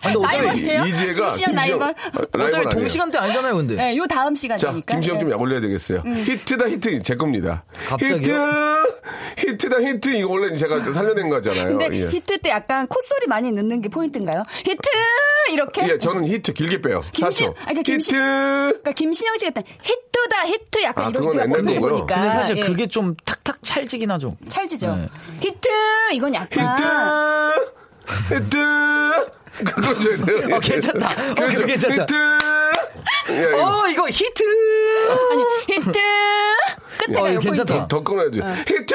S6: 아, 근데 어차피,
S5: 라이벌이에요?
S1: 이지혜가
S5: 김신영 라이벌?
S1: 아, 라이벌
S6: 어차피
S1: 아니에요
S6: 동시간대 아니잖아요, 근데.
S5: 네, 요 다음 시간이니까.
S1: 자, 김시영 좀
S5: 네.
S1: 약 올려야 되겠어요. 히트다 히트 제 겁니다.
S6: 음. 갑자기요?
S1: 히트 히트다 히트 이거 원래 제가 살려낸 거잖아요.
S5: 근데
S1: 예.
S5: 히트 때 약간 콧소리 많이 넣는 게 포인트인가요? 히트! 이렇게?
S1: 예, 저는 히트 길게 빼요.
S5: 김시-
S1: 4초.
S5: 아니, 그러니까 김시-
S1: 히트
S5: 그러니까 김신영 씨가 약간 히트다 히트 약간
S1: 아,
S5: 이런
S1: 그건
S5: 식으로
S1: 옛날
S5: 보는
S1: 거고요.
S5: 거니까.
S6: 근데 사실
S5: 예.
S6: 그게 좀 탁탁 찰지긴 하죠.
S5: 찰지죠.
S6: 네.
S5: 히트 이건 약간
S1: 히트 히트 그거 줘야 돼요.
S6: 어, 괜찮다. 어, 그거
S1: 그렇죠.
S6: 괜찮다.
S1: 히트 예, 예.
S6: 어, 이거 히트!
S5: 아니 히트 끝에가
S6: 어,
S5: 요
S6: 괜찮다.
S5: 포인트.
S1: 더 끊어야지. 히트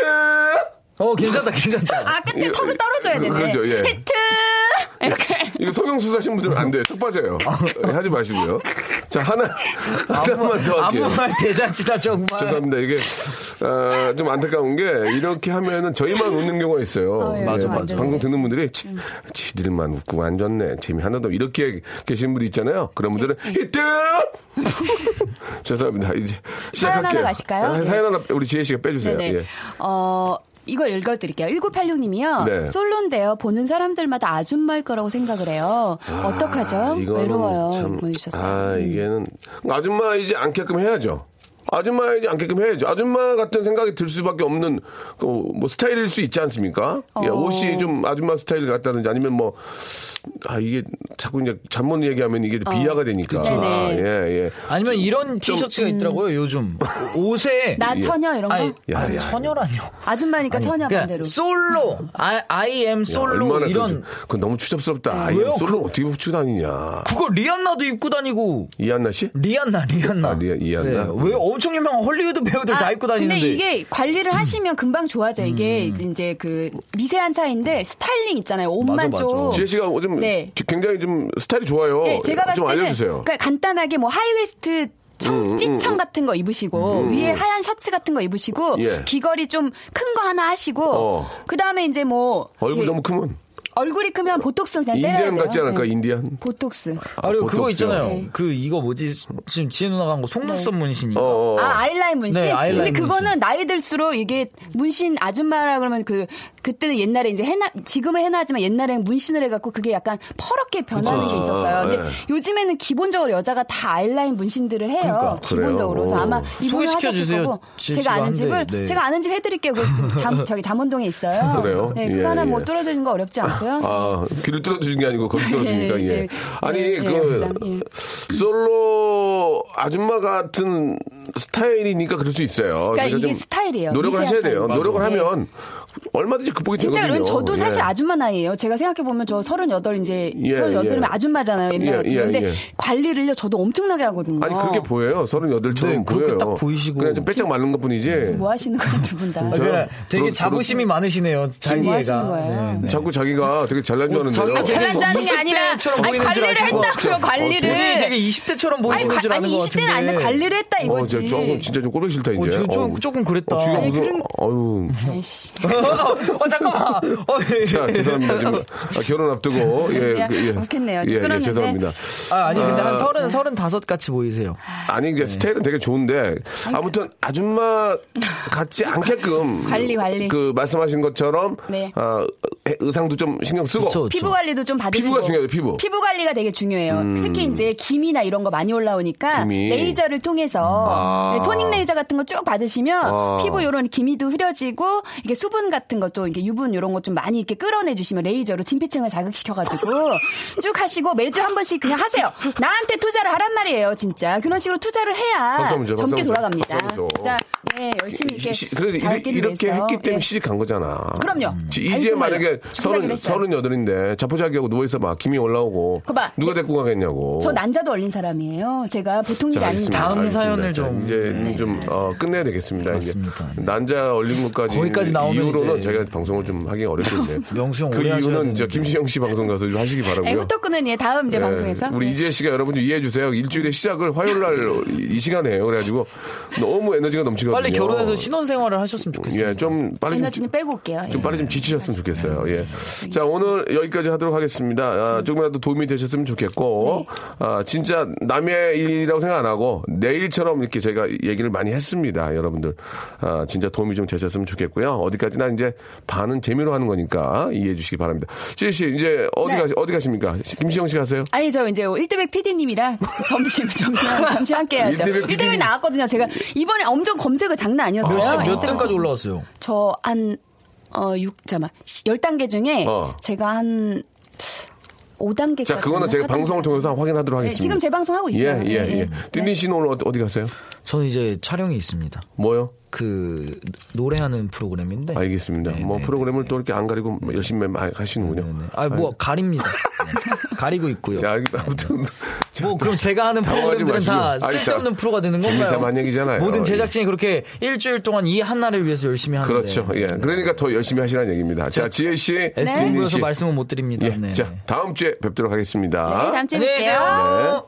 S6: 어, 괜찮다, 괜찮다.
S5: 아 끝에 턱을 떨어져야 되네.
S1: 그렇죠, 예.
S5: 히트 이렇게.
S1: 이거 성형수술 하신 분들은 안 돼요. 턱 빠져요. 예, 하지 마시고요. 자, 하나, 하나만 더 할게요.
S6: 아무 말 대잔치다, 정말.
S1: 죄송합니다. 이게 아, 좀 안타까운 게 이렇게 하면은 저희만 웃는 경우가 있어요.
S5: 어, 예, 음. 맞아, 맞아.
S1: 방송 듣는 분들이 치, 지들만 웃고 안 좋네. 재미 하나도 없- 이렇게 계신 분들 있잖아요. 그런 분들은
S5: 예,
S1: 히트! 죄송합니다. 이제 시작할게요.
S5: 하나 가실까요? 예.
S1: 아, 사연 하나 우리 지혜 씨가 빼주세요.
S5: 네네.
S1: 예.
S5: 어. 이걸 읽어드릴게요. 1986님이요.
S1: 네.
S5: 솔로인데요. 보는 사람들마다 아줌마일 거라고 생각을 해요. 어떡하죠?
S1: 아, 이거는
S5: 외로워요.
S1: 참,
S5: 보내주셨어요. 음.
S1: 아, 이게는 아줌마이지 않게끔 해야죠. 아줌마이지 않게끔 해야죠. 아줌마 같은 생각이 들 수밖에 없는 그, 뭐 스타일일 수 있지 않습니까? 예,
S5: 어.
S1: 옷이 좀 아줌마 스타일 같다든지 아니면 뭐 아, 이게 자꾸 이제 잘못 얘기하면 이게 비하가 되니까.
S5: 그쵸. 어. 네네.
S1: 예, 예.
S6: 아니면 이런 티셔츠가 있더라고요, 요즘. 옷에.
S5: 나 처녀 이런 거?
S6: 아니,
S1: 야,
S6: 아니,
S1: 야.
S6: 처녀라뇨.
S5: 아줌마니까
S6: 아니, 그러니까
S5: 처녀
S6: 그냥
S5: 반대로.
S6: 솔로, I, I am
S1: 야,
S6: 솔로
S1: 얼마나
S6: 이런
S1: 이런 그 너무
S5: 네.
S1: 추잡스럽다.
S6: 왜요? 그
S1: 아이 솔로 어떻게 붙여 다니냐.
S6: 그거 리안나도 입고 다니고
S1: 이한나 씨?
S6: 리안나 리안나 네.
S1: 아, 리- 리안나?
S6: 왜 엄청 유명한 헐리우드 배우들 다 입고 다니는데
S5: 아,
S6: 음.
S5: 근데 이게 관리를 하시면 금방 좋아져요. 이게 이제 그 미세한 차이인데 스타일링 있잖아요. 옷만
S6: 맞아, 맞아.
S5: 좀.
S1: 지혜 씨가 요즘
S5: 네.
S1: 굉장히 좀 스타일이 좋아요.
S5: 네, 제가 봤을
S1: 어, 좀
S5: 때는
S1: 알려주세요. 음,
S5: 그러니까 간단하게 뭐 하이웨스트 청, 찌청 같은 거 입으시고 위에 하얀 셔츠 같은 거 입으시고
S1: 예.
S5: 귀걸이 좀 큰 거 하나 하시고
S1: 어.
S5: 그다음에 이제 뭐
S1: 얼굴
S5: 예,
S1: 너무 크면
S5: 얼굴이 크면 보톡스 그냥 때려야 돼요.
S1: 인디안 같지 않을까?
S5: 네.
S1: 인디안.
S5: 보톡스.
S6: 아, 그리고 그거
S1: 보톡스요.
S6: 있잖아요.
S5: 네.
S6: 그 이거 뭐지? 지금 지혜 누나가 한 거 속눈썹 문신이.
S1: 어, 어.
S5: 아, 아이라인 문신?
S6: 네, 아이라인
S5: 근데 그거는
S6: 문신.
S5: 나이 들수록 이게 문신 아줌마라 그러면 그, 그때는 옛날에 이제 해나, 지금은 해나지만 옛날엔 문신을 해갖고 그게 약간 퍼렇게 변하는 게 있었어요. 근데
S6: 예.
S1: 아, 네.
S5: 요즘에는 기본적으로 여자가 다 아이라인 문신들을 해요. 기본적으로. 그래서
S1: 그래요?
S5: 아마 이분을 하셨을
S6: 그러니까, 소개시켜주세요.
S5: 거고.
S6: 지혜
S5: 제가 아는
S6: 씨가
S5: 집을,
S6: 한데, 네.
S5: 제가 아는 집 해드릴게요. 그 잠, 저기 잠원동에 있어요.
S1: 그래요?
S5: 네, 그거
S1: 예,
S5: 하나 뭐
S1: 예.
S5: 뚫어드리는 거 어렵지 않고요.
S1: 아, 귀를 뚫어주신 게 아니고 거기 뚫어주니까,
S5: 예,
S1: 예.
S5: 예.
S1: 아니,
S5: 예, 예,
S1: 그,
S5: 부장,
S1: 솔로 아줌마 같은 스타일이니까 그럴 수 있어요.
S5: 그러니까
S1: 좀
S5: 이게 스타일이에요.
S1: 노력을
S5: 미세한
S1: 하셔야 돼요.
S5: 차이.
S1: 노력을
S5: 맞아요.
S1: 하면 얼마든지 극복이
S5: 진짜
S1: 되거든요.
S5: 그러면 저도 사실
S1: 예.
S5: 아줌마 나이에요. 제가 생각해 보면 저 38 이제
S1: 예,
S5: 38이면
S1: 예.
S5: 아줌마잖아요. 옛날
S1: 예,
S5: 같은
S1: 예,
S5: 근데
S1: 예.
S5: 관리를요 저도 엄청나게 하거든요.
S1: 아니 그게 보여요. 서른여덟처럼
S6: 네, 그렇게
S1: 보여요.
S6: 딱 보이시고.
S1: 그냥 좀 빼짝 마른 것뿐이지.
S5: 뭐 하시는 거예요 두 분 다?
S6: 아, 그래. 되게
S1: 그렇-
S6: 자부심이 많으시네요. 잘
S5: 뭐
S6: 이해가.
S5: 하시는 거예요?
S6: 네, 네.
S1: 자꾸 자기가 되게 잘난 줄 아는데요.
S6: 자기가
S5: 음, 잘난 줄 아는 뭐 게
S6: 무슨
S5: 아니라
S6: 때처럼
S5: 아니,
S6: 보이는 줄
S5: 관리를
S6: 아시고.
S5: 했다고요 관리를.
S6: 본인이 되게 20대처럼
S5: 아니,
S6: 보이는
S5: 관-
S6: 줄 아는
S5: 아니
S6: 것
S5: 20대는
S6: 같은데.
S5: 아닌데 관리를 했다
S1: 어,
S5: 이거지.
S1: 진짜 조금 진짜 좀 꼴보기 싫다 이제.
S6: 어, 저- 저-
S1: 어우.
S6: 조금 그랬다.
S1: 어, 쥐가
S6: 아니,
S1: 무슨
S5: 그런-
S1: 어유.
S5: 아이씨.
S6: 어, 잠깐만. 어, 예.
S1: 자
S5: 네.
S1: 죄송합니다.
S5: 어.
S1: 지금 아, 결혼 앞두고 예,
S5: 제가
S1: 그, 예.
S5: 웃겠네요.
S1: 예, 예,
S5: 끊었는데.
S1: 죄송합니다.
S6: 아, 아니 근데 한 서른 서른 다섯 같이 보이세요.
S1: 아니
S5: 네.
S1: 이제 스타일은 되게 좋은데 아무튼 아줌마 같지 않게끔
S5: 그- 관리, 관리.
S1: 그 말씀하신 것처럼
S5: 네.
S1: 아, 의- 의상도 좀 신경 쓰고
S6: 그쵸, 그쵸.
S5: 피부 관리도 좀 받으시고
S1: 피부가 중요해요, 피부. 음.
S5: 관리가 되게 중요해요. 특히 이제 기미나 이런 거 많이 올라오니까
S1: 기미.
S5: 레이저를 통해서
S1: 아.
S5: 네, 토닉 레이저 같은 거 쭉 받으시면
S1: 아.
S5: 피부 이런 기미도 흐려지고 이게 수분 같은 것도 이게 유분 이런 것 좀 많이 이렇게 끌어내 주시면 레이저로 진피층을 자극시켜가지고 쭉 하시고 매주 한 번씩 그냥 하세요. 나한테 투자를 하란 말이에요, 진짜. 그런 식으로 투자를 해야
S1: 박수 한번 줘, 박수
S5: 젊게
S1: 한번 줘.
S5: 돌아갑니다.
S1: 박수 한번 줘.
S5: 진짜 네, 열심히 이렇게
S1: 시- 그래도
S5: 잘
S1: 이렇게, 이렇게
S5: 해서.
S1: 했기 때문에
S5: 예.
S1: 시집 간 거잖아.
S5: 그럼요.
S1: 지-
S5: 아니,
S1: 이제
S5: 정말요.
S1: 만약에
S5: 축사기로
S1: 서른
S5: 했어요.
S1: 서른 여덟인데 자포자기하고 누워 있어봐 김이 올라오고
S5: 그거 봐.
S1: 누가 데리고 가겠냐고.
S5: 저 난자도 얼린 사람이에요. 제가 보통 일이
S1: 자,
S5: 아닙니다.
S1: 알겠습니다.
S6: 예, 다음
S1: 알겠습니다.
S6: 사연을
S1: 자,
S6: 좀. 네.
S1: 이제 좀 어, 끝내야 되겠습니다. 이제
S6: 맞습니다. 네.
S1: 난자 얼린 것까지
S6: 거기까지 나오면
S1: 이후로는
S6: 이제-
S1: 제가 방송을 좀 하기 어렵겠네요
S6: 명수 형
S1: 그
S6: 오래 하셔야
S1: 이유는
S6: 되는데.
S1: 저 김신영 씨 방송 가서 좀 하시기
S5: 아니,
S1: 바라고요.
S5: 후토크는 예, 다음 이제
S1: 예,
S5: 방송에서.
S1: 우리 이재 씨가 여러분 좀 이해해 주세요. 일주일의 시작을 화요일 날 이 시간에 해요. 그래가지고 너무 에너지가 넘치거든요.
S6: 빨리 결혼해서 신혼 생활을 하셨으면 좋겠어요.
S1: 예, 좀 빨리 좀
S5: 에너지는 빼고 올게요.
S1: 좀
S5: 예.
S1: 빨리 좀 지치셨으면 좋겠어요. 예. 자, 오늘 여기까지 하도록 하겠습니다. 아, 조금이라도 도움이 되셨으면 좋겠고, 아, 진짜 남의 일이라고 생각 안 하고, 내일처럼 이렇게 제가 얘기를 많이 했습니다. 여러분들. 아, 진짜 도움이 좀 되셨으면 좋겠고요. 어디까지나 이제 반은 재미로 하는 거니까 이해해 주시기 바랍니다. 지혜씨, 이제 어디
S5: 네.
S1: 가, 어디 가십니까? 김시영 씨 가세요?
S5: 아니 저 이제 1대백 PD님이랑 점심 점심 점심 함께 해야죠.
S1: 1대백
S5: 1대백 나왔거든요. 제가 이번에 엄청 검색을 장난 아니었어요.
S1: 몇 시-
S6: 몇
S1: 어.
S6: 등까지 올라왔어요?
S5: 저한 어, 6, 잠깐만. 10단계 중에
S1: 어.
S5: 제가 한 5단계
S1: 자, 그거는 제가 방송을 통해서 확인하도록 하겠습니다.
S5: 네, 지금 재방송하고 있어요.
S1: 예, 예,
S5: 예,
S1: 예.
S5: 예.
S1: 딘딘 씨는 오늘 어디- 어디 가세요?
S6: 저는 이제 촬영이 있습니다.
S1: 뭐요?
S6: 그 노래하는
S5: 네.
S6: 프로그램인데. 네,
S1: 알겠습니다. 뭐 프로그램을 또 이렇게 안 가리고 열심히 많이
S5: 네,
S1: 하시는군요.
S6: 아, 뭐 가립니다. 네. 가리고 있고요.
S1: 야, 알겠- 아무튼
S6: 뭐 그럼 제가 하는
S1: 당황하지
S6: 프로그램들은 다
S1: 마시고. 아니,
S6: 쓸데없는
S1: 다
S6: 프로가 되는 건가요?
S1: 재미삼아 한 얘기잖아요.
S6: 모든 제작진이 그렇게 일주일 동안 이 하나를 위해서 열심히 하는데. 네.
S1: 그렇죠. 예. 그러니까 더 열심히 하시라는 얘기입니다. 자, 지혜 씨, 민희
S6: SBS에서
S1: 씨.
S6: 네. 말씀은 못 드립니다.
S1: 예.
S6: 네.
S1: 자, 다음 주에 뵙도록 하겠습니다.
S5: 네, 다음 주에
S6: 안녕히
S1: 네.
S5: 뵐게요.
S6: 계세요.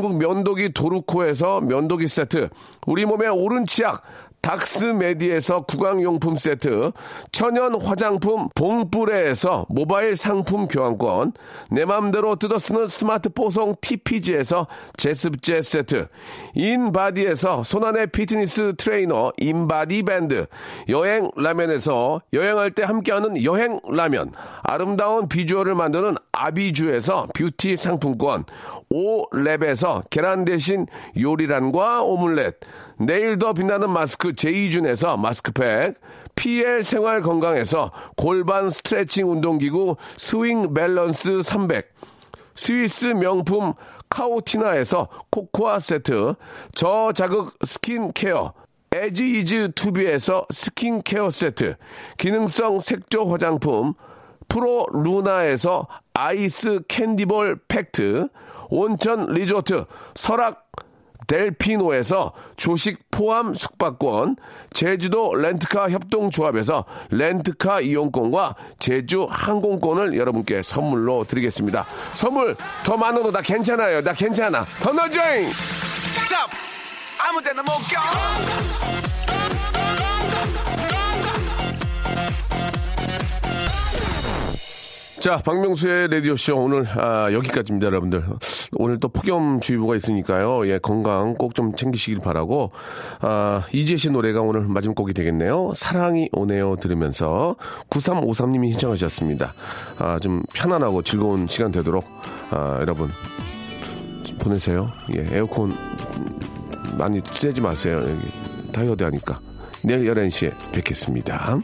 S1: 면도기 도루코에서 면도기 세트 우리 몸의 오른 치약 닥스메디에서 구강용품 세트, 천연 화장품 봉뿌레에서 모바일 상품 교환권, 내 맘대로 뜯어쓰는 스마트 뽀송 TPG에서 제습제 세트, 인바디에서 손안의 피트니스 트레이너 인바디 밴드, 여행 라면에서 여행할 때 함께하는 여행 라면, 아름다운 비주얼을 만드는 아비주에서 뷰티 상품권, 오랩에서 계란 대신 요리란과 오믈렛, 내일 더 빛나는 마스크 제이준에서 마스크팩, PL 생활 건강에서 골반 스트레칭 운동기구 스윙 밸런스 300, 스위스 명품 카오티나에서 코코아 세트, 저자극 스킨케어, 에지이즈 투비에서 스킨케어 세트, 기능성 색조 화장품, 프로 루나에서 아이스 캔디볼 팩트, 온천 리조트, 설악 델피노에서 조식 포함 숙박권, 제주도 렌트카 협동조합에서 렌트카 이용권과 제주 항공권을 여러분께 선물로 드리겠습니다. 선물 더 많아도 나 괜찮아요. 나 괜찮아. 더 넣어줘잉! 자, 박명수의 라디오쇼 오늘 아, 여기까지입니다, 여러분들. 오늘 또 폭염주의보가 있으니까요. 예, 건강 꼭 좀 챙기시길 바라고. 아, 이지혜 씨 노래가 오늘 마지막 곡이 되겠네요. 사랑이 오네요 들으면서 9353님이 신청하셨습니다. 아, 좀 편안하고 즐거운 시간 되도록 아, 여러분 좀 보내세요. 예, 에어컨 많이 쓰지 마세요. 여기 다이어드 하니까. 내일 11시에 뵙겠습니다.